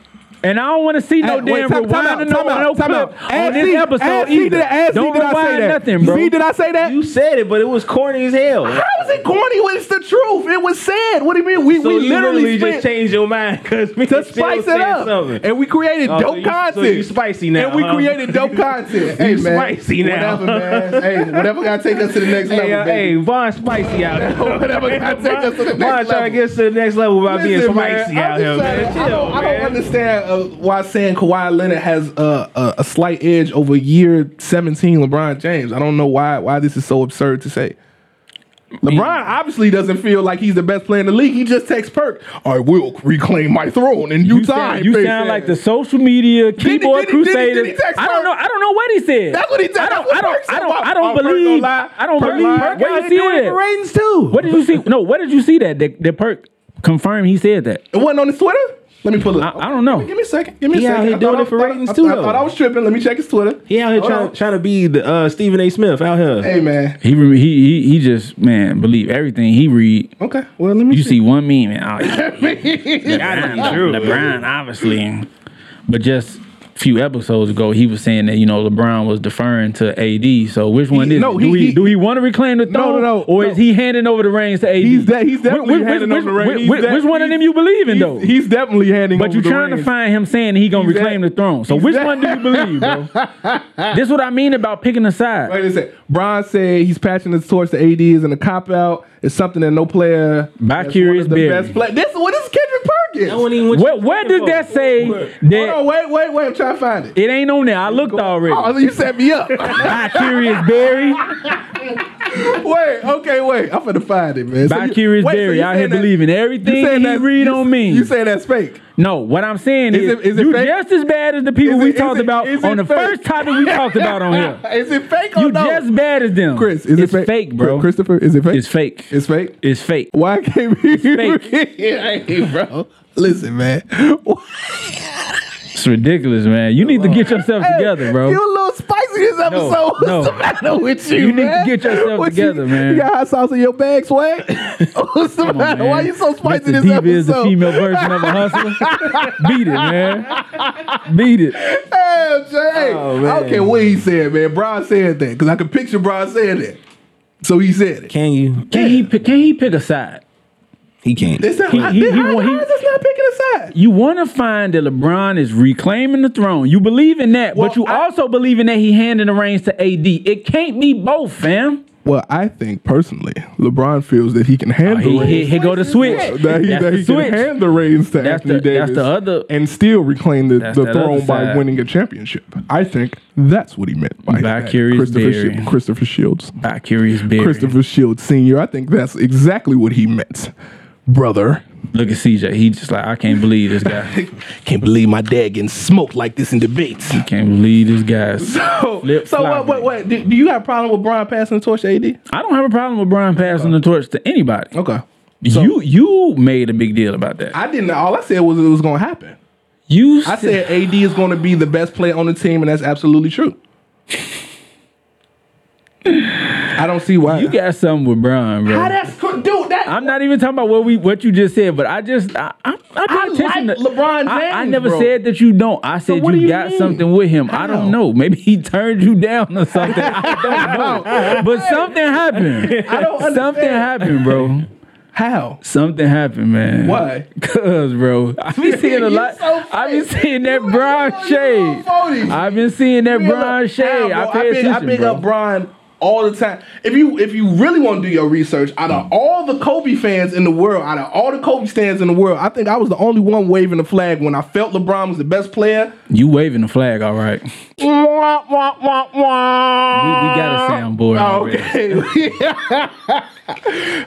And I don't want to see no
Hey, wait,
damn
time-
rewind
time out,
no,
time out,
no
time out.
clip on
Ask
this
Z-
episode
ask Z
either.
did I- ask Z
don't
did I say
rewind
that?
nothing, bro.
Z, did I say that?
You said it, but it was corny as hell.
How is it corny when it's the truth? It was said. What do you mean? We,
So
we
you
literally,
just
spent
changed your mind because me
to
and Jill
spice
said
it up.
Something.
And we created
Oh, so
dope
you- so
content.
you spicy now,
And we
huh?
created dope content. hey,
You
man.
spicy now.
Whatever, man. Hey, whatever got to take us to the next
Hey,
level,
uh, hey,
baby.
Von Spicy out here.
Whatever gotta take us to the next
Von trying to
level.
get us to the next level by being
Listen,
spicy
man,
out
I'm
here,
just
man.
saying, I
Chill,
don't, I don't
man.
understand uh, why saying Kawhi Leonard has uh, a, a slight edge over year 17 LeBron James. I don't know why why this is so absurd to say. LeBron obviously doesn't feel like he's the best player in the league. He just texts Perk, I will reclaim my throne in
You
Utah.
sound, you sound like the social media
he-
keyboard
did he- did he- did he
crusader.
text
I
Perk?
don't know. I don't know what he said.
That's what he
I
said.
don't.
That's
I
what
don't. I don't. I
Perk
don't
said.
believe.
Oh, Perk
I don't
gonna
believe.
lie. Perk
Where you
They
see
doing it for
that?
ratings too.
What did you see? No. What did you see that that, that perk confirmed he said that?
It wasn't on his Twitter? Let me pull it
I,
up.
I don't know.
Give me a second. Give me
He
a
out
second.
here
I
doing
thought-
it for
I thought-
ratings
I
too,
thought- I
though.
thought I was tripping. Let me check his Twitter.
He out here
Hold
trying,
on.
trying to be the uh, Stephen A. Smith out here.
Hey, man.
He re- he he he just man believe everything he read.
Okay. Well, let me
You see one meme and oh, yeah,
Gotta be
LeBron,
true.
LeBron obviously, but just. a Few episodes ago, he was saying that you know LeBron was deferring to AD. So which one
He-
is?
no,
it? do
he-
he,
he-
do he want to reclaim the
no,
throne?
no,
Or
no.
is he handing over the reins to AD?
He's de- he's
Wh-
definitely
which,
handing
which,
over the reins.
which-
He's
which-
de-
which one of them you believe in
He's-
though?
He's definitely handing
But
over
you're
the
trying to
reins.
find him saying he gonna
He's
reclaim
that-
the throne. So
he's
which
that-
one do you believe, bro? this what I mean about picking a side.
Wait a sec. Bron said he's patching his torch to ADs and a cop out is something that no player.
By
that's
Curious
one of the
Berry.
best play- This what is Kendrick Perkins.
That wasn't even what you
Where,
was
where
talking
did that
about.
say
Hold on,
that
wait, wait, wait. I'm trying to find it.
it ain't on there? I looked already.
Oh, you set me up.
By Curious Berry.
wait, okay, wait. I'm finna find it, man. So
By
you-
Curious
wait, so
Berry
you
out
saying
here
that-
believing everything
you saying
he
that-
read
you-
on me.
You saying that's fake?
No, what I'm saying
Is
is,
it- is it
you
fake?
just as bad as the people
Is
we
it- is
talked
it-
about
is
on
it
the
fake?
first topic we talked about on here.
is it fake or
You
no?
just bad as them.
Chris, is
it's
it fake?
bro.
Christopher, is it fake?
It's fake.
It's fake.
It's fake.
Why can't we?
fake.
hey, bro. Listen, man.
It's ridiculous, man. You need to get yourself together, bro.
You a little spicy this episode. What's
no.
the matter with you?
You need to
man?
get yourself
What
together,
you,
man.
You got hot sauce in your bag, swag. What's the matter? Why
man.
you so spicy
Mr.
this
Diva
episode?
is the female version of a hustler. Beat it, man. Beat it.
Damn, Jay.
Oh,
I don't
man.
care what he said, man. Brian said that because I could picture Brian saying that. So he said it.
Can you?
Can he? pick- Can he pick a side?
He can't.
It's not,
He-
I,
he-
then
he
how-
want- he-
how is this not picking a side?
You want to find that LeBron is reclaiming the throne. You believe in that,
Well,
but you
I-
also believe in that he handing the reins to AD. It can't be both, fam.
Well, I think personally, LeBron feels that he can handle
Oh, he, he, he go to switch.
that he,
That's
that
the
he
switch.
can hand the reins to
That's
Anthony
the-
Davis.
that's the other-
and still reclaim the,
That's
the
that
throne
other
by
side.
winning a championship. I think that's what he meant by
By
that.
Curious
Christopher,
Berry.
Shields, Christopher Shields,
By Curious Beard.
Christopher Shields Senior. I think that's exactly what he meant, brother.
Look at CJ. He just like I can't believe this guy.
Can't believe my dad getting smoked like this in debates.
can't believe this guy's.
So,
Flip
so what?
flopping.
What? what do, do you have a problem with Brian passing the torch to AD?
I don't have a problem with Brian passing the torch to anybody.
Okay,
you you made a big deal about that.
I didn't. All I said was it was going to happen.
You
I
said
said AD is going to be the best player on the team, and that's absolutely true. I don't see why.
you got something with Brian, bro.
How that's cr- dude. That
I'm not even talking about what we what you just said, but I just I I, I, pay
I
attention
like
to-
LeBron
I- I,
James,
never
bro.
said that you don't. I said
what
you,
do you
got
mean?
something with him. I
How?
don't know. Maybe he turned you down or something. I don't know. But something happened.
I don't
Something
understand.
happened, bro.
how.
Something happened, man.
Why?
Cause, bro, I be seeing a
You
lot.
so
I be
fake.
seeing that
You ain't
brown
doing
shade.
no 40.
I've been seeing that
Man, look,
brown shade.
Al, bro,
I pay
big- I
attention,
big
bro.
up Brian all the time. If you if you really want to do your research, out of all the Kobe fans in the world, out of all the Kobe fans in the world, I think I was the only one waving the flag when I felt LeBron was the best player.
You waving the flag, all right. We, we got a soundboard. already.
Uh, oh, Okay.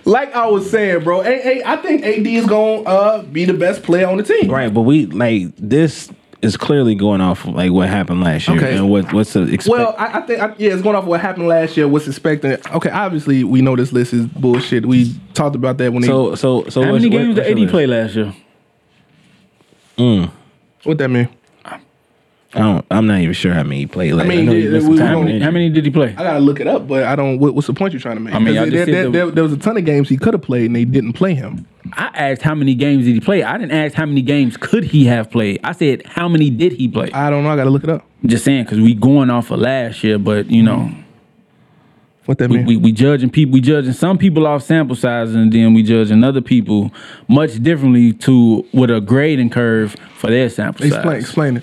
like I was saying, bro, A- A- I think AD is going to uh, be the best player on the team.
Right, but we like this is clearly going off of, like what happened last year
Okay.
and what what's the expect-
Well, I, I think I, yeah, it's going off what happened last year. What's expected? Okay, obviously we know this list is bullshit. We talked about that when they.
so so so
How
what's-
many
what-
games
what's
did
your list?
AD play last year?
What that mean?
I don't, I'm not even sure how many he played last.
I mean,
know he
yeah,
missed some
we- we
time
don't-
with
How many did he play?
I gotta look it up, but I don't. What, what's the point you're trying to make?
I mean,
'Cause
y'all just
there,
said
there-
the-
there- there was a ton of games he could have played and they didn't play him.
I asked how many games did he play. I didn't ask how many games could he have played. I said how many did he play.
I don't know. I gotta look it up.
Just saying, because we going off of last year, but you know,
What that
we,
mean?
we, we judging people, we judging some people off sample size, and then we judging other people much differently to with a grading curve for their sample
explain,
size.
explain it.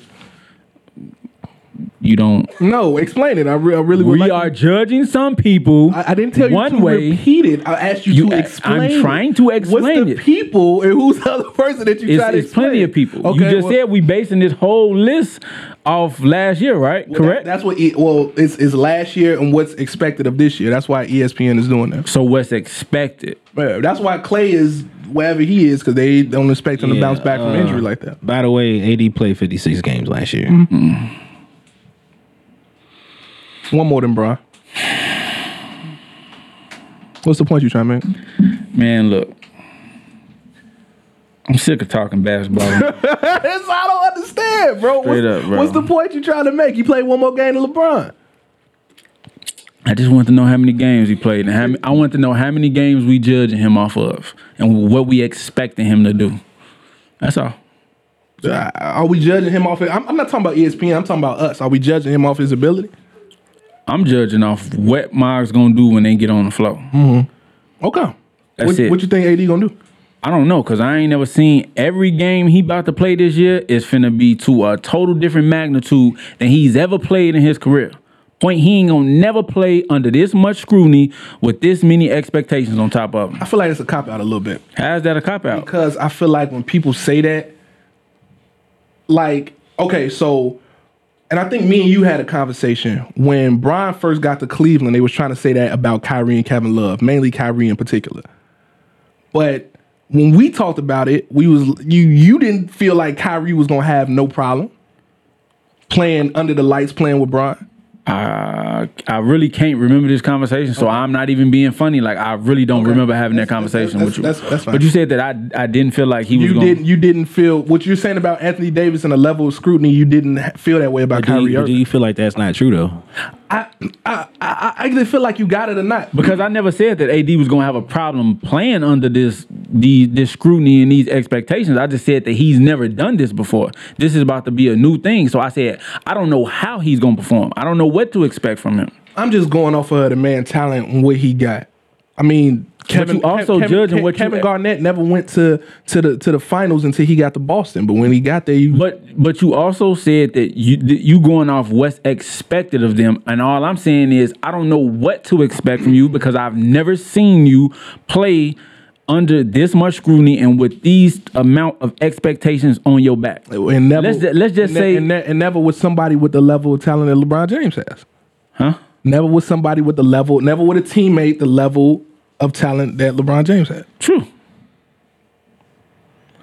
You don't.
No, explain it. I, re- I really would.
We
like-
are judging some people.
I, I didn't tell you
one
to
way.
repeat it. I asked you,
You-
to
I- I'm
explain. it.
trying to
What's
explain
the
it.
people and who's the other person that you
It's,
try to
it's plenty
explain?
of people.
Okay,
you just
well-
said we basing this whole list off last year, right?
That-
Correct.
that's what. E- well, it's it's last year and what's expected of this year. That's why E ESPN is doing that.
so what's expected?
But That's why Clay is wherever he is because they don't expect him to
Yeah,
bounce back from
uh,
injury like that.
By the way, AD played 56 games last year.
One more than Bron. What's the point you trying to make?
Man, look. I'm sick of talking basketball.
That's I don't understand, bro. What's,
Straight up, bro.
what's the point you trying to make? You play one more game to LeBron.
I just want to know how many games he played, and how ma- I want to know how many games we judging him off of, and what we expecting him to do. That's all.
Uh, Are we judging him off? His, I'm, I'm not talking about E ESPN. I'm talking about us. Are we judging him off his ability?
I'm judging off what Mog's gonna do when they get on the floor.
Okay.
That's
what,
it.
what you think AD gonna do?
I don't know, cause I ain't never seen every game he about to play this year is finna be to a total different magnitude than he's ever played in his career. Point he ain't gonna never play under this much scrutiny with this many expectations on top of him.
I feel like it's a cop out a little bit
How's that a cop out?
because I feel like when people say that, like, okay, so, and I think me and you had a conversation when Brian first got to Cleveland. They was trying to say that about Kyrie and Kevin Love, mainly Kyrie in particular. But when we talked about it, we was you you didn't feel like Kyrie was gonna have no problem playing under the lights, playing with Brian.
I I really can't remember this conversation, so I'm not even being funny. Like I really don't remember having that conversation
that's-
with you.
that's- that's fine.
But you said that I I didn't feel like he was
You
going.
didn't. You didn't feel what you're saying about Anthony Davis and the level of scrutiny. You didn't ha- feel that way about
Do
Kyrie
you, do
Irving.
you feel like that's not true though?
I, I, I, I either feel like you got it or not.
Because I never said that AD was gonna have a problem playing under this the this scrutiny and these expectations. I just said that he's never done this before. This is about to be a new thing. So I said I don't know how he's gonna perform. I don't know what to expect from him.
I'm just going off of the man talent and what he got. I mean, Kevin.
you also
Kevin,
judging
Kevin,
what you-
Kevin Garnett never went to to the to the finals until he got to Boston. But when he got there, you,
But but you also said that you that you going off what's expected of them, and all I'm saying is I don't know what to expect from you because I've never seen you play under this much scrutiny and with these amount of expectations on your back.
and never.
Let's ju- let's just
and ne-
say-
and, ne- and never with somebody with the level of talent that LeBron James has.
Huh?
Never with somebody with the level. Never with a teammate the level of talent that LeBron James had.
True.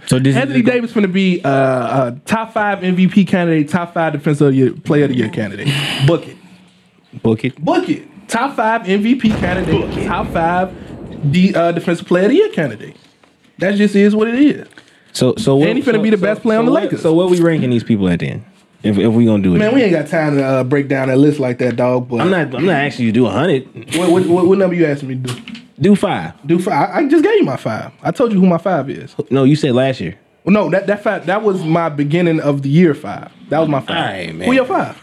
So this
Anthony
is
Davis going to be uh, a top five MVP candidate, top five defensive of the year, player of the year candidate. Book it.
Book it.
Book it. Top five MVP candidate, top five D, uh, defensive player of the year candidate. That just is what it is.
So so what,
And he finna
so-
be the
so-
best player on
so
the
what-
Lakers.
So what we ranking these people at then? If if we gonna do it,
Man, we ain't got time to uh, break down that list like that, dog. But
I'm not I'm not asking you to do hundred.
What, what, what, what number you asking me to do?
Do five.
Do five? I, I just gave you my five. I told you who my five is.
No, you said last year.
Well, no, that that five, that was my beginning of the year five. That was my five.
Aight, man.
Who your five?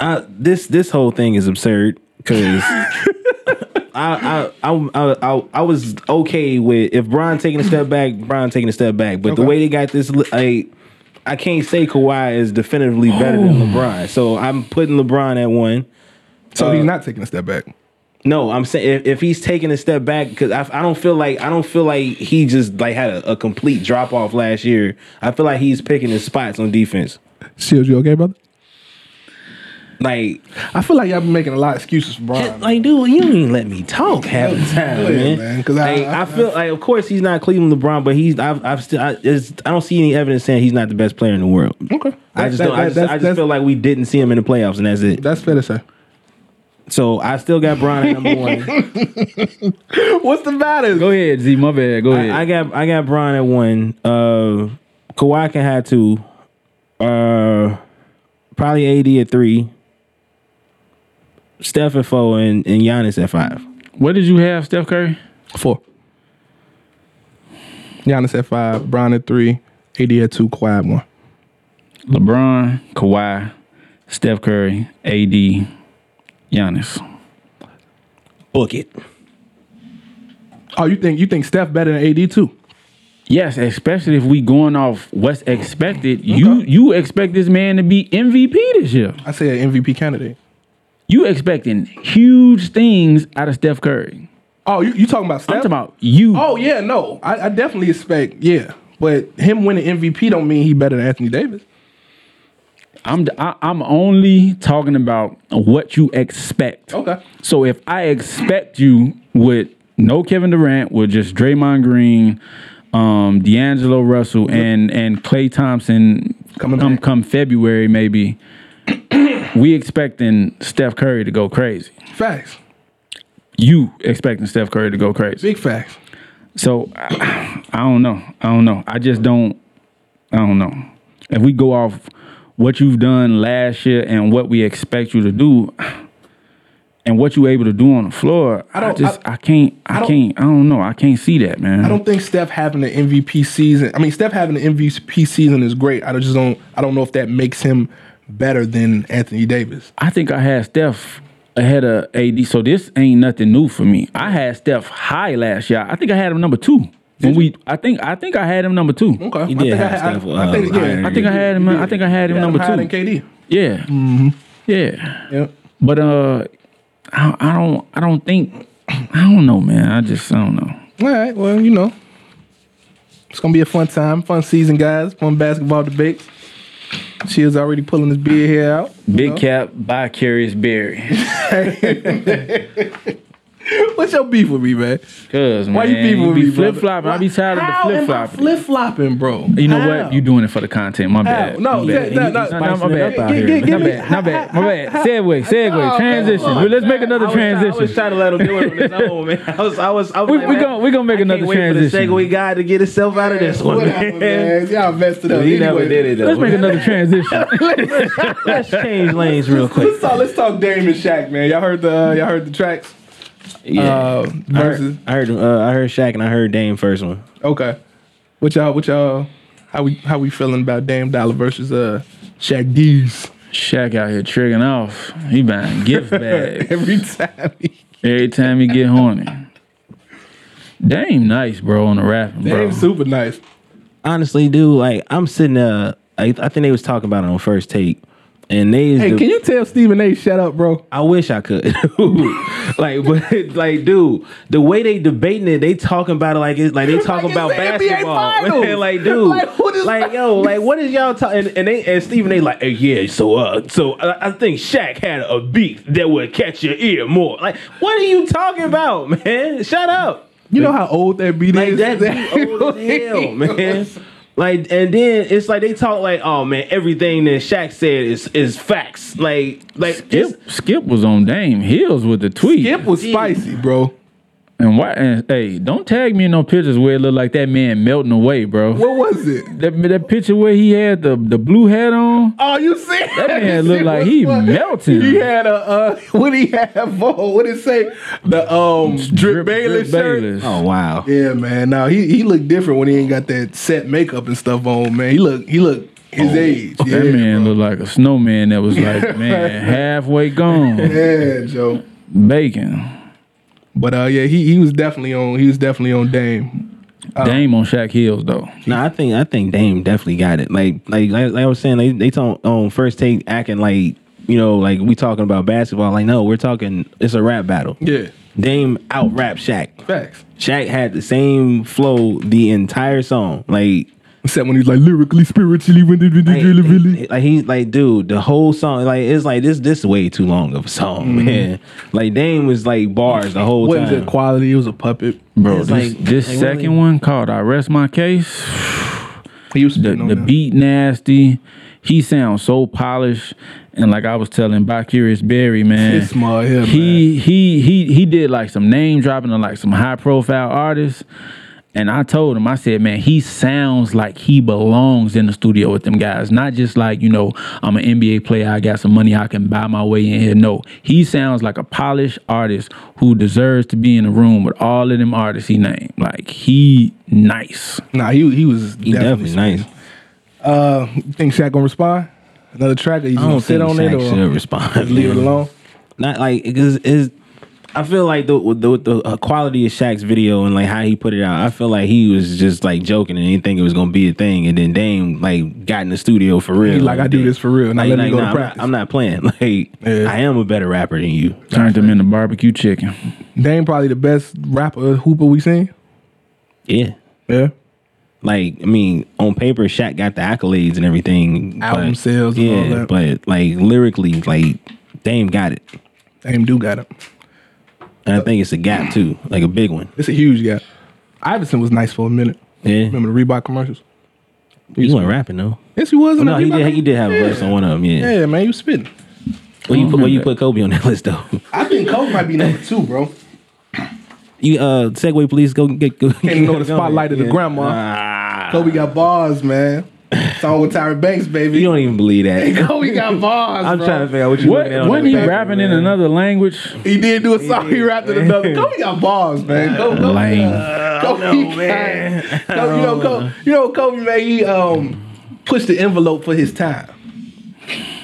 I, this this whole thing is absurd because I, I, I I I I was okay with if Brian taking a step back, Brian taking a step back, but the
Okay.
way they got this, li- I I can't say Kawhi is definitively better than LeBron, so I'm putting LeBron at one.
So he's not taking a step back.
No, I'm saying if, if he's taking a step back because I, I don't feel like I don't feel like he just like had a, a complete drop off last year. I feel like he's picking his spots on defense.
Shields, you okay, brother?
Like,
I feel like y'all been making a lot of excuses for Brian.
like, dude, you didn't even let me talk half the time,
Go ahead,
man.
man, 'cause I-
like, I,
I-
feel like, of course, he's not Cleveland LeBron, but he's I've, I've still I, it's, I don't see any evidence saying he's not the best player in the world.
okay.
I just
That-
don't. I
that-
just,
that's-
I just
that's-
feel like we didn't see him in the playoffs, and that's it.
that's fair to say.
So I still got Brian at number one.
What's the matter?
Go ahead, Z. My bad. Go ahead.
I, I got I got Bron at one. Uh, Kawhi can have two. Uh, probably AD at three. Steph at four and, and Giannis at five.
Where did you have Steph Curry?
Four. Giannis at five, Brian at three, AD at two, Kawhi at one.
LeBron, Kawhi, Steph Curry, AD, Giannis.
Book it.
Oh, you think you think Steph better than AD too?
Yes, especially if we going off what's expected. You you expect this man to be MVP this year.
I say an MVP candidate.
You expecting huge things out of Steph Curry.
Oh, you, you talking about
I'm
Steph?
talking about you.
oh yeah, no, I, I definitely expect yeah, but him winning MVP don't mean he better than Anthony Davis.
I'm I, I'm only talking about what you expect.
Okay.
So if I expect you with no Kevin Durant, with just Draymond Green, um, D'Angelo Russell, and and Clay Thompson
Coming
come
back.
come February maybe, we expecting Steph Curry to go crazy.
Facts,
You expecting Steph Curry to go crazy.
big facts.
So I, I don't know. I don't know. I just don't. I don't know. If we go off what you've done last year and what we expect you to do, and what you were able to do on the floor, I,
don't-
just I, can't. I,
don't-
can't. I don't know. I can't see that, man.
I don't think Steph having an MVP season. I mean, Steph having an MVP season is great. I just don't. I don't know if that makes him better than Anthony Davis.
I think I had Steph ahead of AD. So this ain't nothing new for me. I had Steph high last year. I think I had him number two. When we, I think, I think I had him number two.
Okay, I
He
think
did
I,
have
had-
Steph,
I, I
um,
think yeah,
higher.
I think I had him. I think I uh, had him number
higher
two.
than KD.
Yeah.
Mm-hmm.
Yeah.
Yeah.
But uh, I, I don't. I don't think. I don't know, man. I just. I don't know.
All right. Well, you know, it's gonna be a fun time, fun season, guys. Fun basketball debates. She is already pulling his beard hair out.
Big cap by Curious Berry.
What's your beef with me, man?
Cause man,
Why you beef with
be
me,
flip flopping. I be tired
How
of the
am
flip
I
flopping.
flip flopping, bro.
you know
How?
what? You doing it for the content. My bad.
No,
my bad.
yeah, no, no.
You- you- my
Spicing it
bad.
up out here.
My
Give me-
bad. My bad. My bad. Segway. Segway. Transition. Well, Let's make another transition.
trying to let him do it on his own, man. I was, I was, I was
We we gonna we gonna make another transition.
guy to get himself out of this
Whatever, man. Y'all messed it up.
he never
Anyway,
did it though.
Let's make another transition.
Let's change lanes real quick.
Let's talk. Let's talk Dame and Shaq, man. Y'all heard the uh, y'all heard the tracks. Uh,
I heard,
versus
I heard, uh, I heard Shaq and I heard Dame first one.
okay. What y'all? What y'all? How we how we feeling about Dame Dollar versus uh Shaq D's
Shaq out here triggering off. He buying gift bags.
every time? he-
Every time you get horny. Dame nice, bro, on the rapping, bro.
Dame super nice.
honestly, dude, like I'm sitting uh I, I think they was talking about it on first take. And they is
Hey,
the-
can you tell Stephen A. Shut up, bro?
I wish I could. like, but like, dude, the way they debating it, they talking about it like it's like they talking
Like
about
it's the NBA
basketball.
Finals.
Man, like, dude,
Like, what is-
like, yo, like, what is y'all talking? And, and they and Stephen, they like, "Eh, yeah. So, uh, so I, I think Shaq had a beat that would catch your ear more. Like, what are you talking about, man? Shut up.
You know how old that beat
Like
is.
that be old as hell, man. Like and then it's like they talk like, oh man, everything that Shaq said is is facts. Like like it's,
Skip, Skip was on Dame Hills with the tweet.
Skip was spicy, bro.
And why? And hey, don't tag me in no pictures where it look like that man melting away, bro.
What was it?
That, that picture where he had the, the blue hat on.
Oh, you see?
That man look like he melting.
He had a uh, what he have on? What it say? The um drip, Bayless shirt.
Bayless.
Oh wow.
Yeah, man. Now he he looked different when he ain't got that set makeup and stuff on, man. He look he look his age. Yeah,
that man looked like a snowman that was like, man, halfway gone,
yeah, Joe.
bacon.
But uh, yeah, he he was definitely on he was definitely on Dame.
Dame on Shaq Hills though.
No, I think I think Dame definitely got it. Like like like, like I was saying, they they talk on first take acting like you know like we talking about basketball. Like no, we're talking it's a rap battle.
Yeah,
Dame out rap Shaq.
facts.
Shaq had the same flow the entire song. Like
Except when he's like lyrically, spiritually, when did
like,
really, really.
like he like dude, the whole song like it's like this this way too long of a song, man. Like Dame was like bars the whole
Wasn't
time.
Mm-hmm. it quality? It was a puppet.
Bro,
It's
this,
like-
this
like,
second
really-
one called I Rest My Case.
He was
The,
spitting on
the
that.
beat nasty. He sounds so polished. And like I was telling by Curious Berry, man.
It's smart, yeah,
he he he he did like some name dropping on like some high profile artists. And I told him, I said, man, he sounds like he belongs in the studio with them guys. Not just like, you know, I'm an NBA player, I got some money, I can buy my way in here. No, he sounds like a polished artist who deserves to be in the room with all of them artists he named. Like, he nice.
Nah, he he was
He definitely,
definitely.
nice.
Uh, you think Shaq gonna respond? Another track? Or you
I
gonna
don't
sit
think
on
Shaq
it or
should respond.
just leave it
man.
alone?
Not like because is I feel like the the, the uh, quality of Shaq's video and like how he put it out. I feel like he was just like joking and didn't think it was gonna be a thing. And then Dame like got in the studio for real.
He like, I do
that.
this for real. Now
Like,
let me
like,
go to
nah, I'm, not,
practice.
I'm not playing. Like
Yeah.
I am a better rapper than you.
Turned him into barbecue chicken.
Dame probably the best rapper hooper we seen.
Yeah.
Yeah,
Like I mean, on paper, Shaq got the accolades and everything.
Album
but-
sales and
Yeah,
all that.
but like lyrically, like Dame got it,
Dame do got him.
and I think it's a gap too, like a big one.
It's a huge gap. Iverson was nice for a minute.
Yeah,
Remember the Reebok commercials?
he wasn't rapping though.
Yes, he was. in
Oh, No,
the
he
Reebok
did. He did have a
commercials.
verse on one of them. Yeah.
Yeah, man, you spitting.
Well, you put, well, you
remember
put Kobe on that list though.
I think Kobe might be number two, bro.
You uh, Segway, please go get. Go, get
Can't know
going.
the spotlight of the
Yeah.
grandma.
Ah,
Kobe got bars, man. Song with Tyra Banks,
you
baby.
don't even believe that.
Kobe got bars.
I'm
bro.
trying to figure out what you.
What
looking at on
wasn't
that
he
paper,
rapping in
man.
another language?
He did do a song. He rapped it another. Kobe got bars, man. Kobe, Kobe,
Lame.
Kobe got-
man.
Kobe, you know, Kobe, you know, Kobe, man. He um pushed the envelope for his time.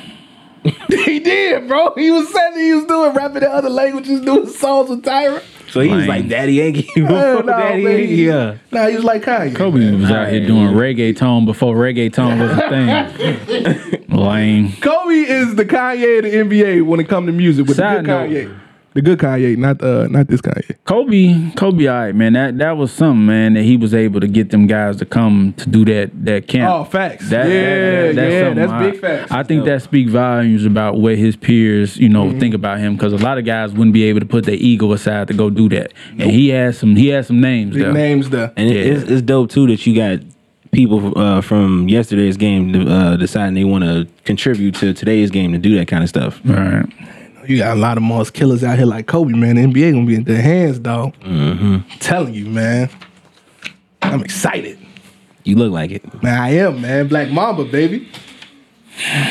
he did, bro. He was saying he was doing rapping in other languages, doing songs with Tyra.
So he was
Lame.
like Daddy Yankee.
Hell
Before
no,
Daddy
man.
Yankee. Yeah.
Nah, he was like Kanye.
Kobe was out here doing reggaeton before reggaeton was a thing. Lame.
Kobe is the Kanye of the NBA when it comes to music. With
Side
the
note.
good Kanye, the good Kanye, not uh, not this Kanye.
Kobe, Kobe, all right, man. That that was something, man, that he was able to get them guys to come to do that that camp.
Oh, facts.
That- that-
yeah,
that- that's
yeah,
something
that's
I-
big facts.
I think that speak volumes about what his peers, you
Mm-hmm.
know, think about him because a lot of guys wouldn't be able to put their ego aside to go do that. And he has some, he has some names
big
there.
names there.
And it,
Yeah.
it's, it's dope too that you got people uh, from yesterday's game uh, deciding they want to contribute to today's game to do that kind of stuff.
All right,
You got a lot of Moss killers out here like Kobe, man. The NBA gonna be in their hands, dog.
Mm-hmm.
Telling you, man. I'm excited.
You look like it.
Man, I am, man. Black Mamba, baby.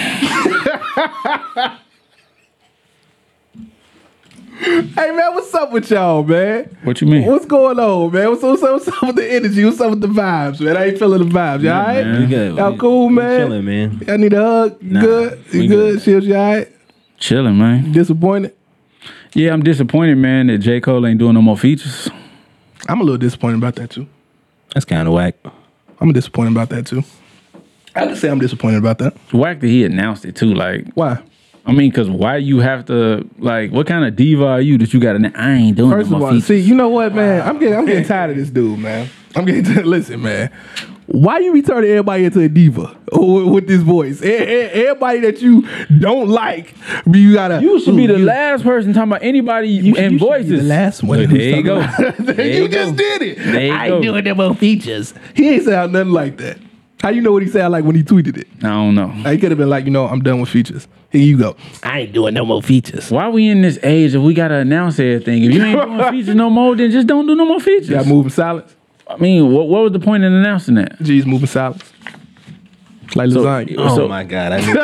hey, man, what's up with y'all, man?
what you mean?
What's going on, man? What's, what's, up, what's up with the energy? What's up with the vibes, man? I ain't feeling the vibes. Y'all all right?
We good.
Y'all
We-
cool,
we
man?
Chilling, man.
Y'all need a hug? You
Nah,
good? You
we
good?
good.
Shields, you all right?
Chilling, man.
Disappointed?
Yeah, I'm disappointed, man, that J Cole ain't doing no more features.
I'm a little disappointed about that, too.
That's kind of whack.
I'm disappointed about that too. I can say I'm disappointed about that.
Whack that he announced it too. Like,
Why?
I mean, cause why you have to like? What kind of diva are you that you got? to I ain't doing
First
no
of
more
all,
features.
see, you know what, man? I'm getting I'm getting tired of this dude, man. I'm getting tired. Listen, man. Why you be turning everybody into a diva with, with this voice? E- e- Everybody that you don't like, you gotta.
You should be the
you-
last person talking about anybody
you should-
and
you should
voices.
be the last one.
Look,
who's
there you
talking
go.
about-
There
you
you
just
go.
did it.
There you
I
go.
ain't doing no more features. He ain't sound nothing like that. How you know what he sounded like when he tweeted it?
I don't know.
Like, he could have been like, you know, I'm done with features. Here you go.
I ain't doing no more features.
Why we in this age if we gotta announce everything? If you ain't doing features no more, then just don't do no more features.
Got moving silence.
I mean, what, what was the point in announcing that?
G's moving silence. Like lasagna.
Oh
So- uh,
my god! I knew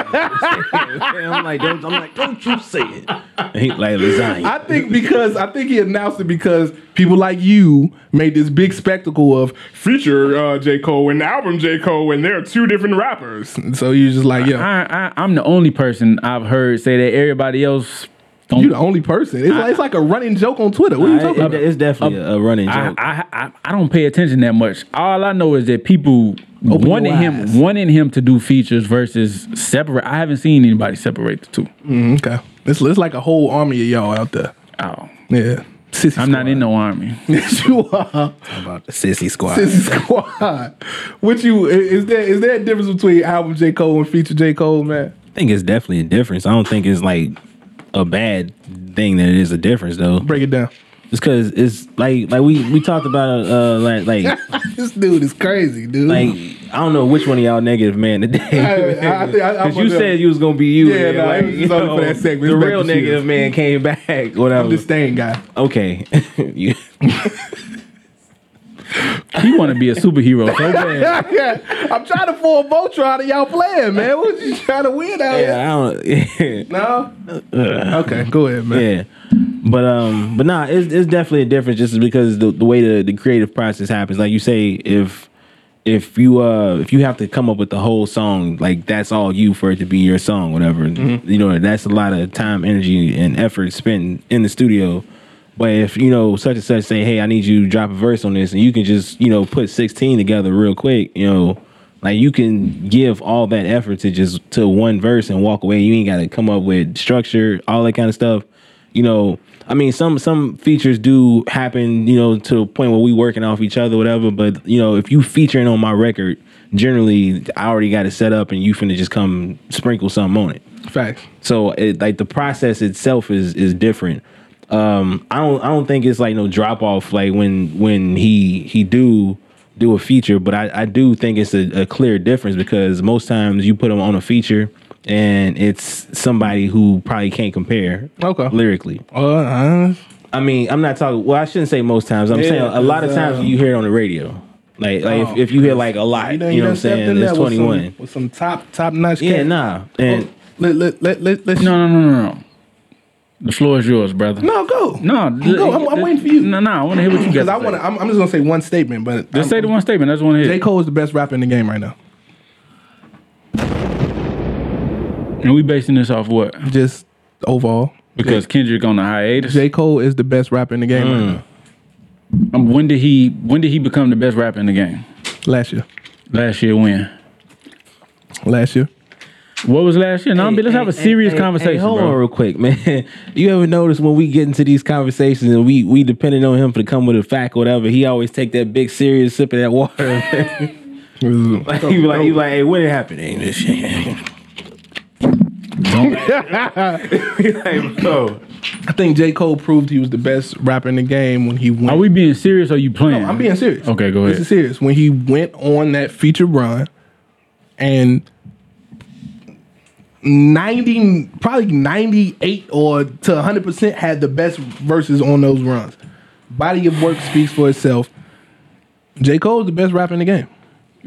I'm like, don't, I'm like, don't you say it. He like lasagna.
I think because I think he announced it because people like you made this big spectacle of feature uh, J Cole and album J Cole and they're two different rappers. And so you just like yeah,
I, I I'm the only person I've heard say that. Everybody else don't.
you the only person. It's like it's like a running joke on Twitter. What are you talking
I-
about?
it- it's definitely a running
I,
joke.
I, I I don't pay attention that much. All I know is that people
Open
wanted
your
him
eyes.
wanted him to do features versus separate. I haven't seen anybody separate the two.
Mm, okay, it's, it's like a whole army of y'all out there.
Oh,
Yeah, Sissy
I'm not in no army.
Yes, you are.
about the sissy squad.
Sissy Squad. What you i- is there? Is there a difference between album J Cole and feature J Cole, man?
I think it's definitely a difference. I don't think it's like a bad thing that it is a difference though.
Break it down.
It's because it's like like we we talked about uh like like
this dude is crazy, dude.
like I don't know which one of y'all negative man today.
I- I think I- I'm
Because you
gonna-
said you was gonna be you.
Yeah,
and,
nah,
like,
it was
you
only
know,
for that segment.
The
It's back
real
to you.
negative man came back. Whatever.
I'm the stain guy.
okay. You-
He want to be a superhero so bad.
I'm trying to pull a vulture out of y'all playing, man. What you trying to win out here?
yeah, Uh. I don't.
No. okay, go ahead, man.
Yeah. But um but nah, it's it's definitely a difference just because the, the way the, the creative process happens. Like you say, if if you uh if you have to come up with the whole song, like that's all you for it to be your song, whatever. You know, that's a lot of time, energy, and effort spent in the studio. But if you know such and such say, hey, I need you to drop a verse on this, and you can just you know put sixteen together real quick, you know, like you can give all that effort to just to one verse and walk away. You ain't got to come up with structure, all that kind of stuff. You know, I mean, some some features do happen, you know, to a point where we working off each other, whatever. But you know, if you featuring on my record, generally I already got it set up, and you finna just come sprinkle something on it.
Facts.
So it, like the process itself is is different. Um, I don't I don't think it's like no drop off like when when he he do do a feature, but I, I do think it's a, a clear difference because most times you put him on a feature and it's somebody who probably can't compare
Okay.
lyrically.
Uh, uh,
I mean, I'm not talking. Well, I shouldn't say most times. I'm
Yeah,
saying a lot of
'cause,
times
um,
you hear it on the radio. Like, like
Oh,
if, if you hear like a lot, you,
done-
know what I'm
done stepped
saying?
in
It's
there with
21.
some- With some top top notch.
yeah,
cats.
nah. And
Let let let let let's
No, no, no, no, no. The floor is yours, brother.
no go
no.
go. I'm, I'm waiting for you
No, no. I want to hear what you
because
got. to
I
say.
want to. I'm, I'm just gonna say one statement, but
Just
I'm-
say the one statement. I just want to hear.
J
it.
Cole is the best rapper in the game right now.
And we basing this off what?
Just overall,
Because Mm. Kendrick on the hiatus.
J Cole is the best rapper in the game right now.
Um, when did he? When did he become the best rapper in the game?
Last year,
Last year. When?
last year.
What was last year? No,
Hey,
let's
hey,
have a
hey,
serious
hey, hey,
conversation,
hold on
bro.
real quick, man. You ever notice when we get into these conversations and we we depending on him to come with a fact or whatever, he always take that big serious sip of that water. man.
It was-
like he be like he be like, hey, when it happened? Ain't this shit? He like, bro.
I think J Cole proved he was the best rapper in the game when he went.
Are we being serious? Or are you playing?
I'm being serious.
Okay, go
This
ahead.
is serious. When he went on that feature run, and ninety, probably ninety eight or to hundred percent had the best verses on those runs. Body of work speaks for itself. J Cole's the best rapper in the game.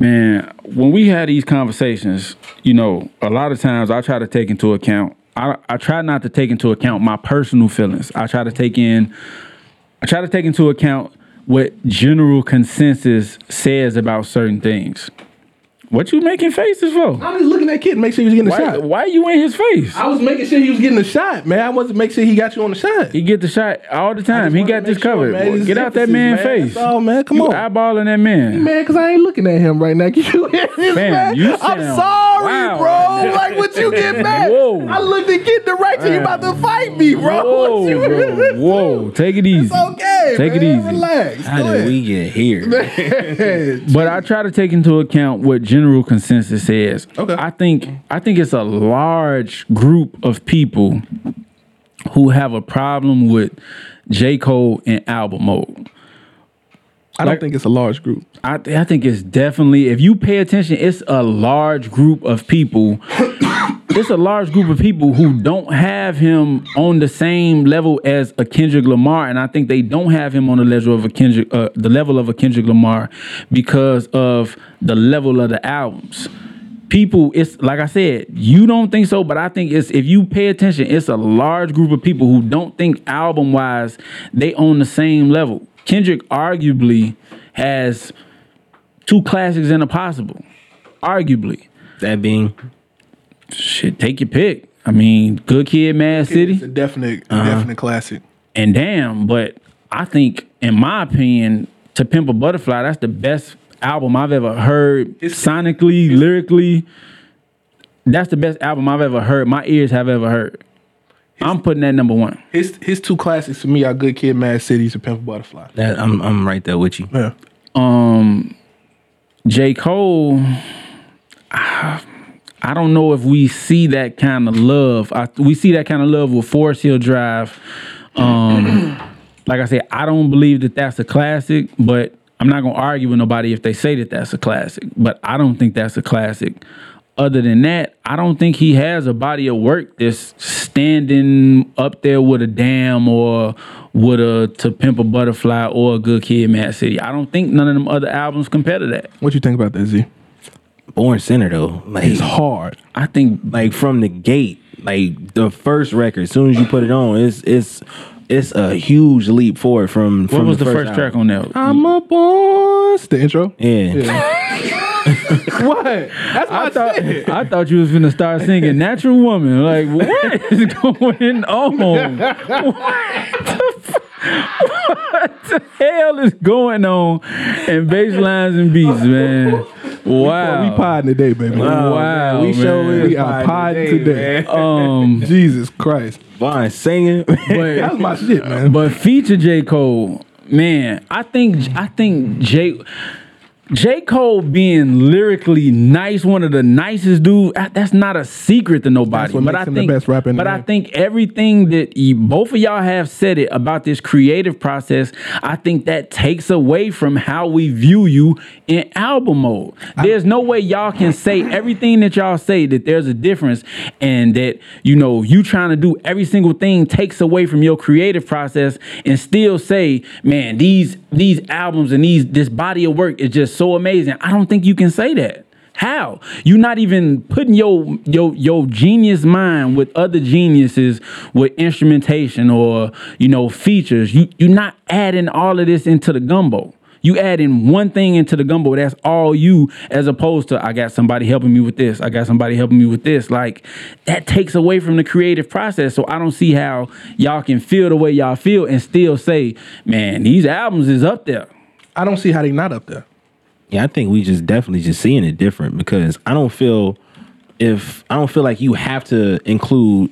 Man, when we had these conversations, you know, a lot of times I try to take into account. I, I try not to take into account my personal feelings. I try to take in. I try to take into account what general consensus says about certain things. What you making faces for?
I'm just looking at kid and make sure he was getting a
Why,
shot.
why you in his face?
I was making sure he was getting a shot, man. I wasn't making sure he got you on the shot.
He get the shot all the time. He got this covered. Boy, Get out that man's face.
Oh man, come
you
on.
eyeballing that man.
man, because I ain't looking at him right now. Can you hear this,
Fam,
man?
you
I'm
sound
sorry,
wild.
bro. Like, what you get back?
Whoa.
I looked at Kid direction. You about to fight me, bro.
Whoa,
What you-
bro. Whoa, take it easy.
It's okay,
Take it
man.
easy.
Relax.
How
Go
did
ahead.
we get here?
But I try to take into account what general consensus says.
Okay.
I think I think it's a large group of people who have a problem with J. Cole in album mode.
I don't think it's a large group.
I, th- I think it's definitely if you pay attention, it's a large group of people. it's a large group of people who don't have him on the same level as a Kendrick Lamar, and I think they don't have him on the level of a Kendrick, uh, the level of a Kendrick Lamar, because of the level of the albums. People, it's like I said, you don't think so, but I think it's if you pay attention, it's a large group of people who don't think album wise they on the same level. Kendrick arguably has two classics and a possible, arguably.
That being
Shit, take your pick. I mean, Good Kid, Mad
It's a
City,
definite,
Uh-huh.
definite classic.
and damn. But I think, in my opinion, To Pimp a Butterfly, that's the best album I've ever heard sonically, lyrically. That's the best album I've ever heard. My ears have ever heard. I'm putting that number one.
His his two classics to me are Good Kid, Mad Cities, and Pimp a Butterfly.
that, I'm I'm right there with you.
Yeah.
Um, J. Cole, ah, I don't know if we see that kind of love. I, we see that kind of love with Forest Hill Drive. Um, like I said, I don't believe that that's a classic, but I'm not gonna argue with nobody if they say that that's a classic. But I don't think that's a classic. Other than that, I don't think he has a body of work that's standing up there with a damn or with a To Pimp a Butterfly or a Good Kid, Mad City. I don't think none of them other albums compare to that.
What you think about that, Z?
Born Center though, like
It's hard.
I think
like from the gate, like the first record, as soon as you put it on, it's it's it's a huge leap forward from.
what was the first, track on there?
I'm a boss. The intro.
Yeah.
what? That's
I
what I,
thought
said.
I thought you was gonna start singing "Natural Woman." Like, what is going on? What the, f- what the hell is going on? And bass lines and beats, man.
We
Wow.
podding today, baby.
Wow, man, we show
We are podding today.
Um,
Jesus Christ.
Vaughn singing.
but
That's my shit, man.
but feature J Cole, man. I think I think J. J. Cole being lyrically nice, one of the nicest dudes, that- that's not a secret to nobody.
That's what
but
makes
I
him the
think,
best rapper in the
but I
game.
think everything that you, both of y'all have said it about this creative process, I think that takes away from how we view you in album mode. There's no way y'all can say everything that y'all say that there's a difference and that you know you trying to do every single thing takes away from your creative process and still say, man, these these albums and these this body of work is just so amazing. I don't think you can say that. How? You're not even putting your your your genius mind with other geniuses with instrumentation or you know features. You you're not adding all of this into the gumbo. You adding one thing into the gumbo. That's all you, as opposed to I got somebody helping me with this. I got somebody helping me with this. Like that takes away from the creative process. So I don't see how y'all can feel the way y'all feel and still say, man, these albums is up there.
I don't see how they not up there.
Yeah, I think we just definitely just seeing it different because I don't feel if I don't feel like you have to include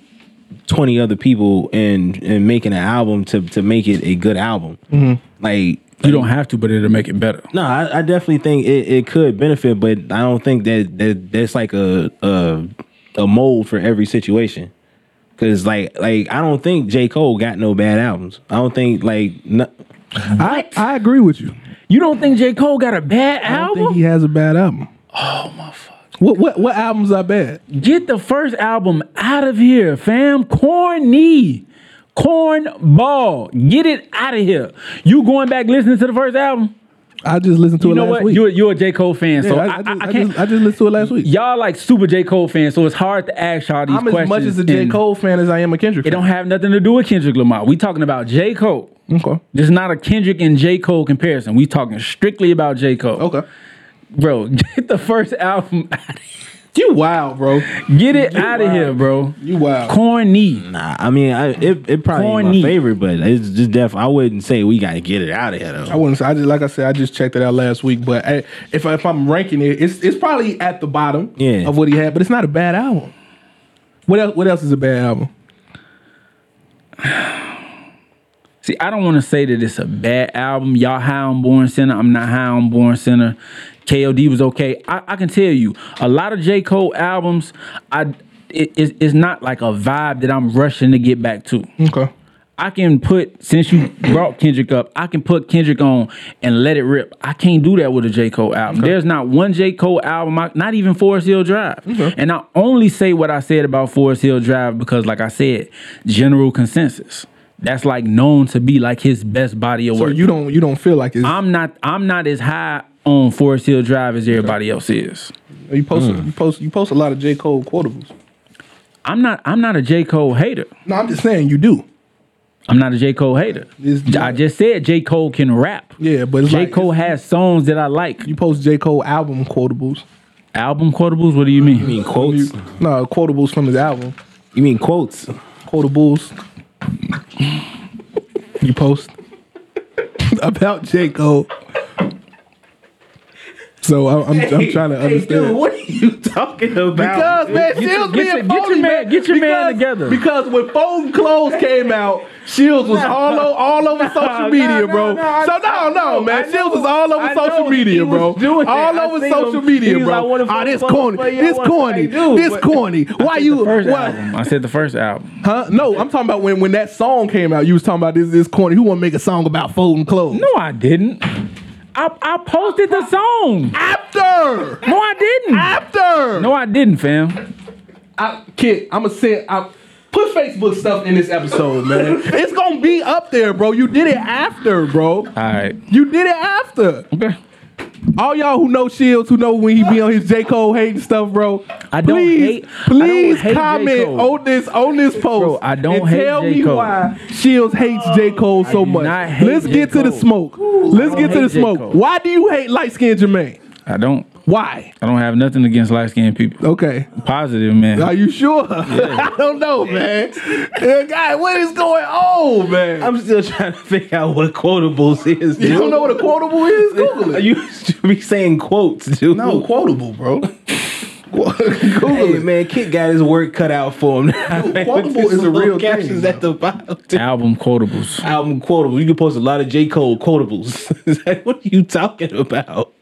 twenty other people in in making an album to to make it a good album.
Mm-hmm.
Like
You don't have to, but it'll make it better.
no, I, I definitely think it, it could benefit, but I don't think that, that that's like a, a a mold for every situation. Cause like like I don't think J Cole got no bad albums. I don't think like no,
I, I agree with you.
You don't think J. Cole got a bad
I don't
album?
think he has a bad album. Oh my fuck. What what what albums are bad?
Get the first album out of here, fam. Corny. Cornball. Get it out of here. You going back listening to the first album?
I just listened to
You
it
know
last
what?
week.
You're, you're a J. Cole fan,
Yeah,
so
I,
I,
I
I-
just,
I
I
can't.
just- I just listened to it last week.
y'all like super J. Cole fans, so it's hard to ask y'all these
I'm
questions.
as much as a J.
and
Cole fan as I am a Kendrick.
It
fan.
don't have nothing to do with Kendrick Lamar. We talking about J. Cole.
okay.
This is not a Kendrick and J. Cole comparison. We talking strictly about J. Cole.
Okay.
Bro, get the first album out of
You wild, bro.
Get it out of here, bro.
You wild.
Uh, Corny.
nah. I mean, I, it it probably ain't
Corny.
my favorite, but it's just def. I wouldn't say we gotta get it out of here
I
though.
wouldn't say. I just like I said. I just checked it out last week, but I, if I, if I'm ranking it, it's it's probably at the bottom
Yeah.
of what he had. But it's not a bad album. What else? What else is a bad album?
See, I don't want to say that it's a bad album. Y'all high on Born Center. I'm not high on Born Center. KOD was okay. I, I can tell you, a lot of J. Cole albums, I it, it's, it's not like a vibe that I'm rushing to get back to.
Okay.
I can put since you brought Kendrick up, I can put Kendrick on and let it rip. I can't do that with a J Cole album. There's not one J Cole album, I, not even Forest Hill Drive. And I only say what I said about Forest Hill Drive because, like I said, general consensus. That's like known to be like his best body of
So
work.
you don't you don't feel like it's
I'm not I'm not as high on Forest Hill Drive as everybody else is.
you post
Mm.
you post you post a lot of J Cole quotables.
I'm not I'm not a J Cole hater.
No, I'm just saying you do.
I'm not a J Cole hater.
It's-
I just said J Cole can rap.
Yeah, but it's
J
like-
Cole has songs that I like.
You post J Cole album quotables.
Album quotables? What do
You
you mean?
mean quotes?
No quotables from his album.
You mean quotes?
Quotables. you post about J Cole. So I- I'm, I'm, I'm trying to understand.
what are you talking
Because man,
Get your-
Shields
get your-
being
get your
phony,
man- get your man
Because-
together.
Because when folding clothes came out, Shields was all o- all over social media,
no,
bro.
no, I-
so no,
I
no,
know,
man,
I
Shields
know.
was all over
I
social
know
media,
he was
bro.
doing that.
all
I
over
seen
social
him.
media,
He was like,
bro.
what if
Ah,
I
this
fuck
corny,
for you?
this
What if I
corny,
do?
this
What-
corny. Why
The
you?
first
Why?
album. I said the first album.
Huh? No, I'm talking about when when that song came out. You was talking about this this corny. Who want to make a song about folding clothes?
No, I didn't. I, I posted the song.
After,
No, I didn't.
after.
No, I didn't, fam.
I, kid, I'm gonna send. I put Facebook stuff in this episode, man. it's gonna be up there, bro. You did it after, bro.
All right.
You did it after.
Okay.
All y'all who know Shields, who know when he be on his J Cole hating stuff, bro.
I don't
please,
hate- I don't
Please
hate J.
comment
Cole.
on this on this post.
Bro, I don't
and
hate
tell
J.
me
Cole.
why Shields hates J Cole so
do
much.
not hate
Let's
J.
get to the
Cole.
smoke. Let's
I
get
don't
to the
hate J.
smoke.
Cole.
Why do you hate light skinned Jermaine?
I don't.
Why?
I don't have nothing against light skinned people.
Okay.
Positive, man.
Are you sure? I don't know, man. Yeah, God, what is going on, man?
I'm still trying to figure out what quotables is.
you don't know what a quotable is? Google
Are
it.
you should be saying quotes, dude?
no, quotable, bro. Google
Hey
it.
man, Kit got his work cut out for him.
quotable is a
Little
real thing,
captions at the bottom.
Album quotables.
Album quotable. You can post a lot of J Cole quotables. It's like, what are you talking about?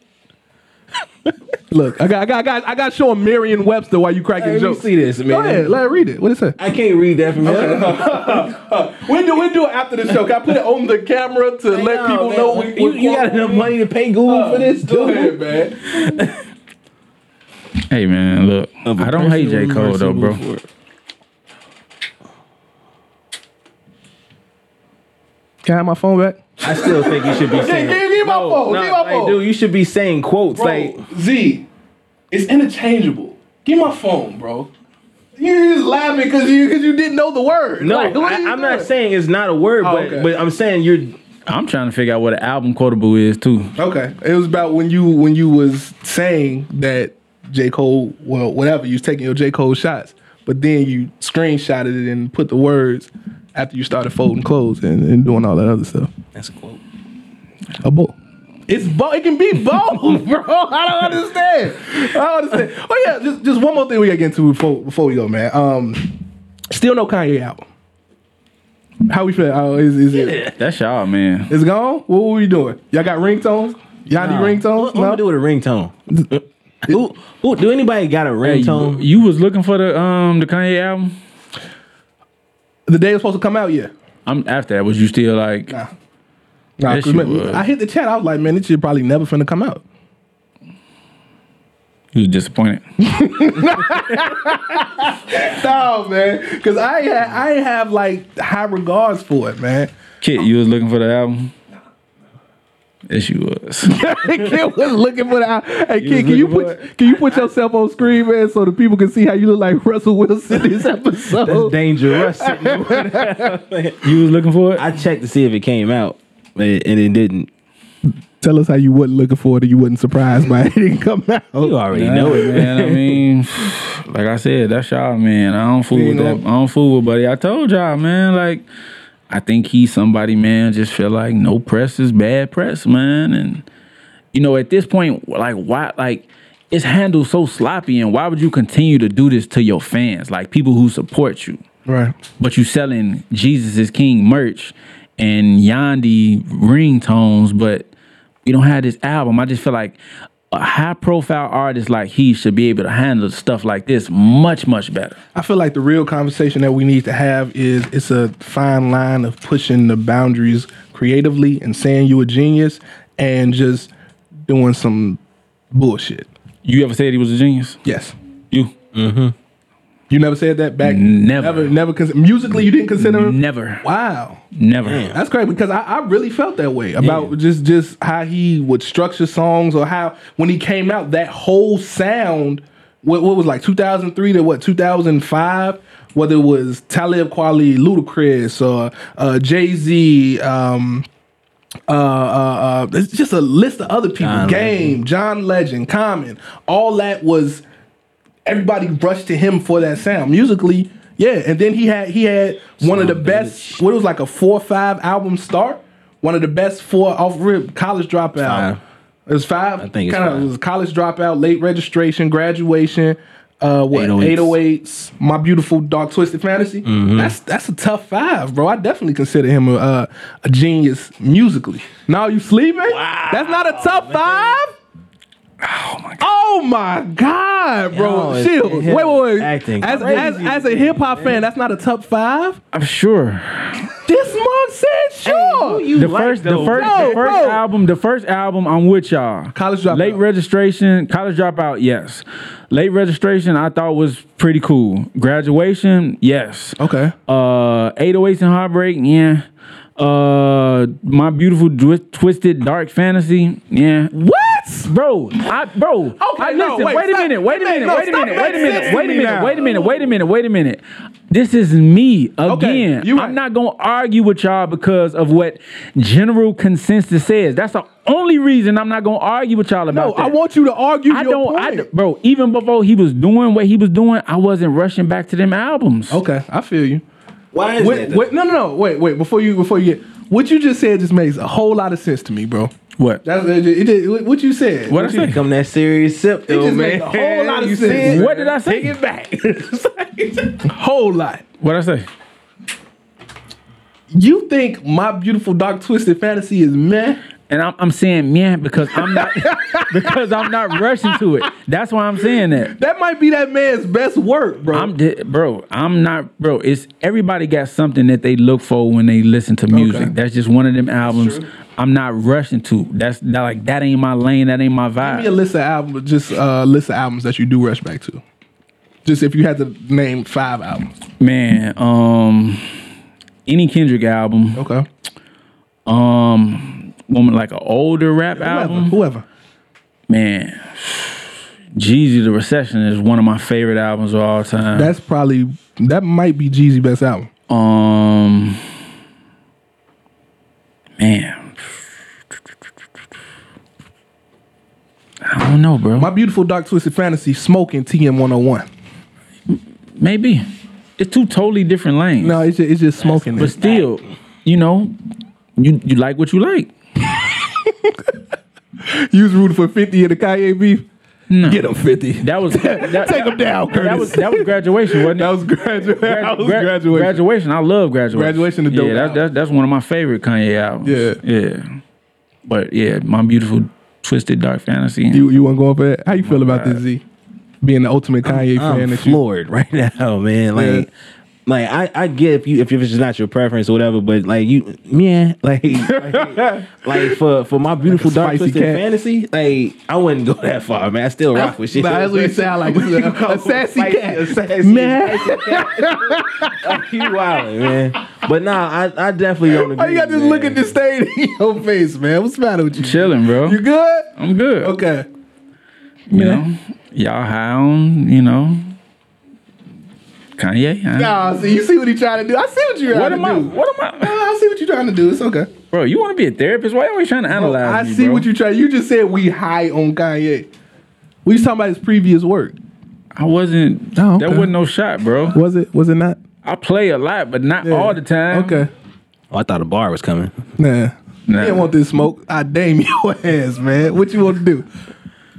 Look, I got, I got, I got, I got showing Merriam Webster while you cracking
Hey, let me
jokes.
see this,
Go
man.
ahead, let her read it. What it say?
I can't read that from here.
We do, we do it after the show. Can I put it on the camera to let
No,
people
man.
know? We,
you,
we-
you got enough money to pay Google for this,
Go
dude.
ahead, man.
Hey, man, look. I don't hate J Cole though, bro.
Can I have my phone back?
I still think you should be saying.
give me my phone, give me my
like,
phone.
Dude, you should be saying quotes like.
Bro, Z, it's interchangeable. Give my phone, bro. You're just laughing because you because you didn't know the word.
No,
Like, what are
I,
you
I'm not
doing? Oh,
saying it's not a word, but
okay.
but I'm saying you're.
I'm trying to figure out what an album quotable is too.
Okay, it was about when you when you was saying that J Cole, well, whatever, you was taking your J Cole shots, but then you screenshotted it and put the words after you started folding clothes and, and doing all that other stuff.
That's a quote.
A bull. It's both. It can be both, bro. I don't understand. I don't understand. Oh yeah, just, just one more thing we gotta get into before before we go, man. Um, still no Kanye album. How we feel? Oh, is is it?
That's y'all, man.
It's gone. What were we doing? Y'all got ringtones? Y'all
Nah.
need
What,
ringtones?
what am I do with a ringtone? who, who, do anybody got a
Hey,
ringtone?
you, you was looking for the um the Kanye album.
The day it was supposed to come out, yeah.
I'm after that. Was you still like?
Nah. Nah,
Yes,
'cause
you
man,
was.
I hit the chat. I was like, man, this shit probably never finna come out.
You was disappointed.
No, man, because I ain't ha- I ain't have like high regards for it, man.
Kid, you was looking for the album. Yes, you was.
Kid was looking for that. Hey,
was
Kid, can you
looking
put
for
can you put yourself on screen, man, so the people can see how you look like Russell Wilson this
That's
episode?
dangerous.
you was looking for it.
I checked to see if it came out, and and it didn't.
Tell us how you wasn't looking for it, or you wasn't surprised by it, it didn't come out.
You already know it, man.
man. I mean, like I said, that's y'all, man. I don't fool
You
with
know-
that. I don't fool with buddy. I told y'all, man. Like, I think he's somebody, man. Just feel like no press is bad press, man. And you know, at this point, like, why, like. It's handled so sloppy, and why would you continue to do this to your fans, like people who support you?
Right.
but you selling Jesus is King merch and Yandi ringtones, but you don't have this album. I just feel like a high profile artist like he should be able to handle stuff like this much much better.
I feel like the real conversation that we need to have is it's a fine line of pushing the boundaries creatively and saying you a genius and just doing some bullshit.
You ever said he was a genius?
Yes.
You
You never said that back.
Never.
never, never consi- musically. You didn't consider him.
never,
Wow,
never.
that's great because I, I really felt that way about just just how he would structure songs or how when he came out that whole sound. What, what was like 2003 to what 2005? Whether it was Talib Kweli, Ludacris, or uh, Jay Z. Um, uh, uh, uh, it's just a list of other people. Game, John Legend, Common, all that was everybody rushed to him for that sound musically. Yeah, and then he had he had one of the best. What it was like a four or five album start. One of the best four off rip college dropout.
Five.
It was five. I
think it's
kind of
five.
it was college dropout, late registration, graduation. Uh, what
808s.
808s, my beautiful dark twisted fantasy. That's that's a tough five, bro. I definitely consider him a, uh, a genius musically. Now you sleeping? That's not a tough five. Oh my god, bro!
Yo, it's-
Chill.
it's him
Wait, wait, wait.
acting
As,
crazy.
as, as a hip hop fan, that's not a top five.
I'm sure.
This month said sure.
The first, the first,
Yo,
the first
bro.
album, the first album. I'm with y'all.
College Dropout.
Late registration, college dropout. Yes, late registration. I thought was pretty cool. Graduation. Yes.
okay.
Uh, 808s and heartbreak. Yeah. Uh, my beautiful Dwi- twisted dark fantasy. Yeah.
What?
Bro, I bro, I
no,
listen,
wait,
wait, a
stop.
minute, wait a
Hey,
minute,
no,
wait a
stop
minute, wait
making
a
sense
minute,
to
wait a
me
minute,
now.
wait a minute, wait a minute, wait a minute. This is me again.
Okay, you right.
I'm not gonna argue with y'all because of what general consensus says. That's the only reason I'm not gonna argue with y'all
No,
about that.
I want you to argue
I
your
don't,
point.
I, don't- bro. Even before he was doing what he was doing, I wasn't rushing back to them albums.
okay, I feel you.
Why is
Wait,
that?
wait, no, no, no. Wait, wait. Before you, before you get what you just said, just makes a whole lot of sense to me, bro.
What?
That's it, it, it- what you said.
What I
Here
said?
Come that serious sip, though,
just
man.
make a whole lot of
You
sense.
What did I say?
Take it back.
Whole lot.
What I say?
You think my beautiful dark twisted fantasy is meh?
And I'm, I'm saying man because I'm not because I'm not rushing to it. That's why I'm saying that.
That might be that man's best work, bro.
I'm di- bro. I'm not bro. It's everybody got something that they look for when they listen to music.
Okay.
That's just one of them albums. I'm not rushing to. That's that like that ain't my lane. That ain't my
Give me a
vibe.
list of albums, just uh, list of albums that you do rush back to. Just if you had to name five albums.
Man, um, any Kendrick album,
Okay.
um, woman like an older rap
Whoever.
album.
Whoever.
Man, Jeezy the Recession is one of my favorite albums of all time.
That's probably that might be Jeezy best album.
Um, man, I don't know, bro.
My beautiful dark twisted fantasy, smoking TM one hundred and one.
Maybe it's two totally different lanes,
No, it's just, it's just smoking.
but
it.
still, you know, you you like what you like.
You was rooting for fifty in the Kanye beef.
No.
Get him fifty.
That was that,
Take him down, Curtis.
That was that was graduation, wasn't it?
That was graduation. that was
Gra-
graduation.
graduation. I love graduation.
Graduation, the dope
yeah, that,
album.
that's that's one of my favorite Kanye albums.
Yeah.
yeah. But yeah, my beautiful twisted dark fantasy.
You you want to go up at? How you feel about
Uh,
this Z? Being the ultimate Kanye fan.
I'm
That you,
floored right now, Oh, man. Like, like I, I get if you if it's just not your preference or whatever, but like you, yeah, like, like, like, for for my beautiful dark
spicy
twisted
cat.
fantasy, like I wouldn't go that far, man. I still rock with shit.
Nah, that's what you sound like. A sassy
Spicy,
cat.
a sassy,
Man.
spicy cat. you wildin', man. But nah, I, I definitely don't agree.
Why you got this
man.
look at this stain in your face, man? What's the matter with you?
Chilling, bro.
You good?
I'm good.
Okay.
You know, y'all high on, you know, Kanye. I-
Nah, see, you see what he trying to do. I see what you trying
what
to
am I?
do.
What am I?
Nah, Oh, I see what you trying to do. It's okay. Oh,
Bro, you want to be a therapist? Why are you always trying to analyze
I
me,
see
bro?
what you try. You just said we high on Kanye. We was talking about his previous work.
I wasn't.
Oh,
That
okay.
wasn't no shot, bro.
Was it? Was it not?
I play a lot, but not all the time.
Okay.
Oh, I thought a bar was coming.
Nah. You
Nah.
didn't want this smoke. I damn your ass, man. What you want to do?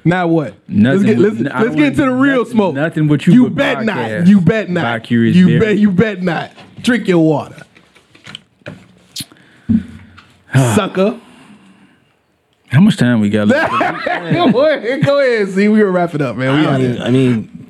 Now what?
Nothing
let's get,
with-
let's,
I
let's get
wouldn't
to the
do
real
nothing-
smoke.
nothing with you
You
but
bet
podcast.
not. You bet not.
Bicurious
you
beer.
bet. You bet not. Drink your water, sucker.
How much time we got left?
go ahead, go ahead. See, we gonna wrap it up, man. We
I,
out
mean,
here.
I mean,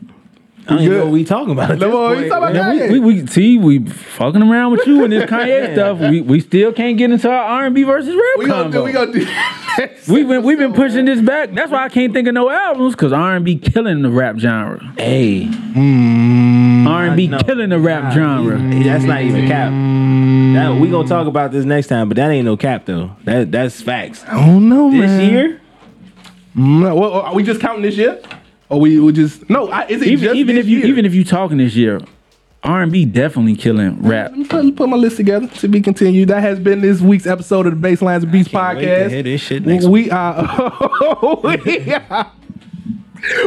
I don't even
good?
know what we talking about. at
No,
this
what we
point,
oh, talking
man.
about?
we, we, we see we fucking around with you and this Kanye stuff. We we still can't get into our R and B versus rap
We
combo.
gonna do. We gonna do.
We've been we've been pushing this back. That's why I can't think of no albums because R and B killing the rap genre.
Hey,
Mm,
R and B
know.
killing the rap
Mm-hmm.
genre.
that's not even cap. That, we gonna talk about this next time, but that ain't no cap though. That that's facts.
I don't know,
This
man.
year,
Mm, well, are we just counting this year? Or we we just no? I, is it
Even
just
even
this
if you
year?
even if you talking this year, R and B definitely killing rap.
Let me put, put my list together to be continued. That has been this week's episode of the Baselines and Beats
can't wait to
podcast.
hear this shit next
we are. we are-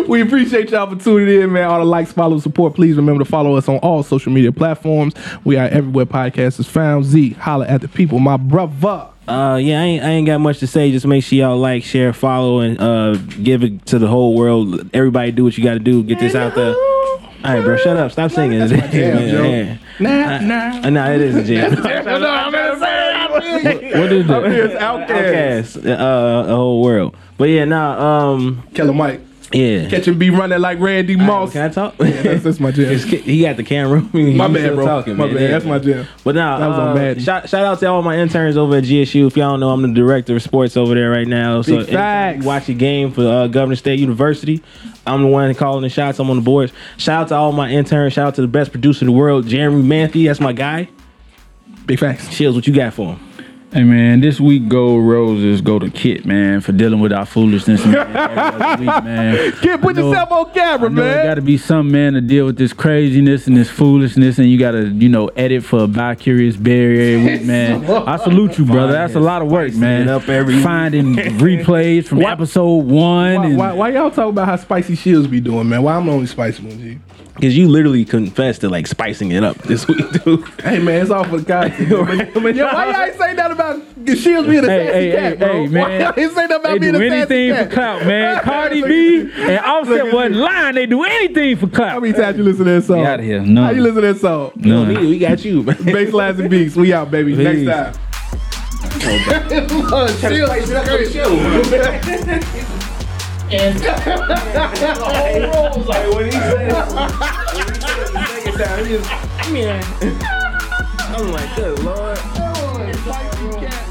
We appreciate y'all for tuning in, man. All the likes, follow, support. Please remember to follow us on all social media platforms. We are everywhere podcast is found. Z, holla at the people, my brother.
uh, yeah, I ain't, I ain't got much to say. Just make sure y'all like, share, follow, and uh, give it to the whole world. Everybody, do what you got to do. Get this out there. All right, bro, shut up. Stop singing. That's
jam, Joe. Nah, nah.
Uh, nah, it isn't jam.
What is
Up here
that?
is Outcast.
Outcast, uh, the whole world. But yeah, nah, um,
Killer Mike.
yeah.
Catch him be running like Randy Moss.
Can I talk?
that's, that's my jam.
It's ki- he got the camera.
My bad, bro. my bad. That's my jam.
But now,
That was on Madden.
shout, shout out to all my interns over at GSU. If y'all don't know, I'm the director of sports over there right now. So
Big
anytime
facts.
you watch a game for uh, Governor State University, I'm the one calling the shots. I'm on the boards. Shout out to all my interns. Shout out to the best producer in the world, Jeremy Manthe. That's my guy.
Big facts.
Shields, what you got for him?
Hey man, this week gold roses go to Kit man for dealing with our foolishness. Man, every other week, man.
Kid, put
I know-
yourself on camera,
I know There got
man.
to be some man to deal with this craziness and this foolishness, and you got to, you know, edit for a bi-curious barrier week, man. I salute you, brother. That's a lot of work, man.
it up every-
Finding replays from episode one.
Why,
and
why, why y'all talking about how spicy shields be doing, man? Why I'm the only spicy one, G?
Because you literally confessed to like spicing it up this week, dude.
Hey, man, it's all for the content. man. Yo, why y'all ain't say nothing about the shields being a
Hey,
sassy
hey,
cat,
hey,
bro?
hey,
Why
man.
y'all ain't say nothing
They
about being
do
a sassy
anything for
cat?
clout, man. Cardi B and Offset wasn't lying. They do anything for
How
clout.
many times you listen to that song?
Get outta here. None.
How you listen to that song?
No, we, Oh, we got you, man.
Baselines and beats. We out, baby. Next
Peace.
time. Look, Shields is crazy.
I'm like, good lord.
Spicy cat.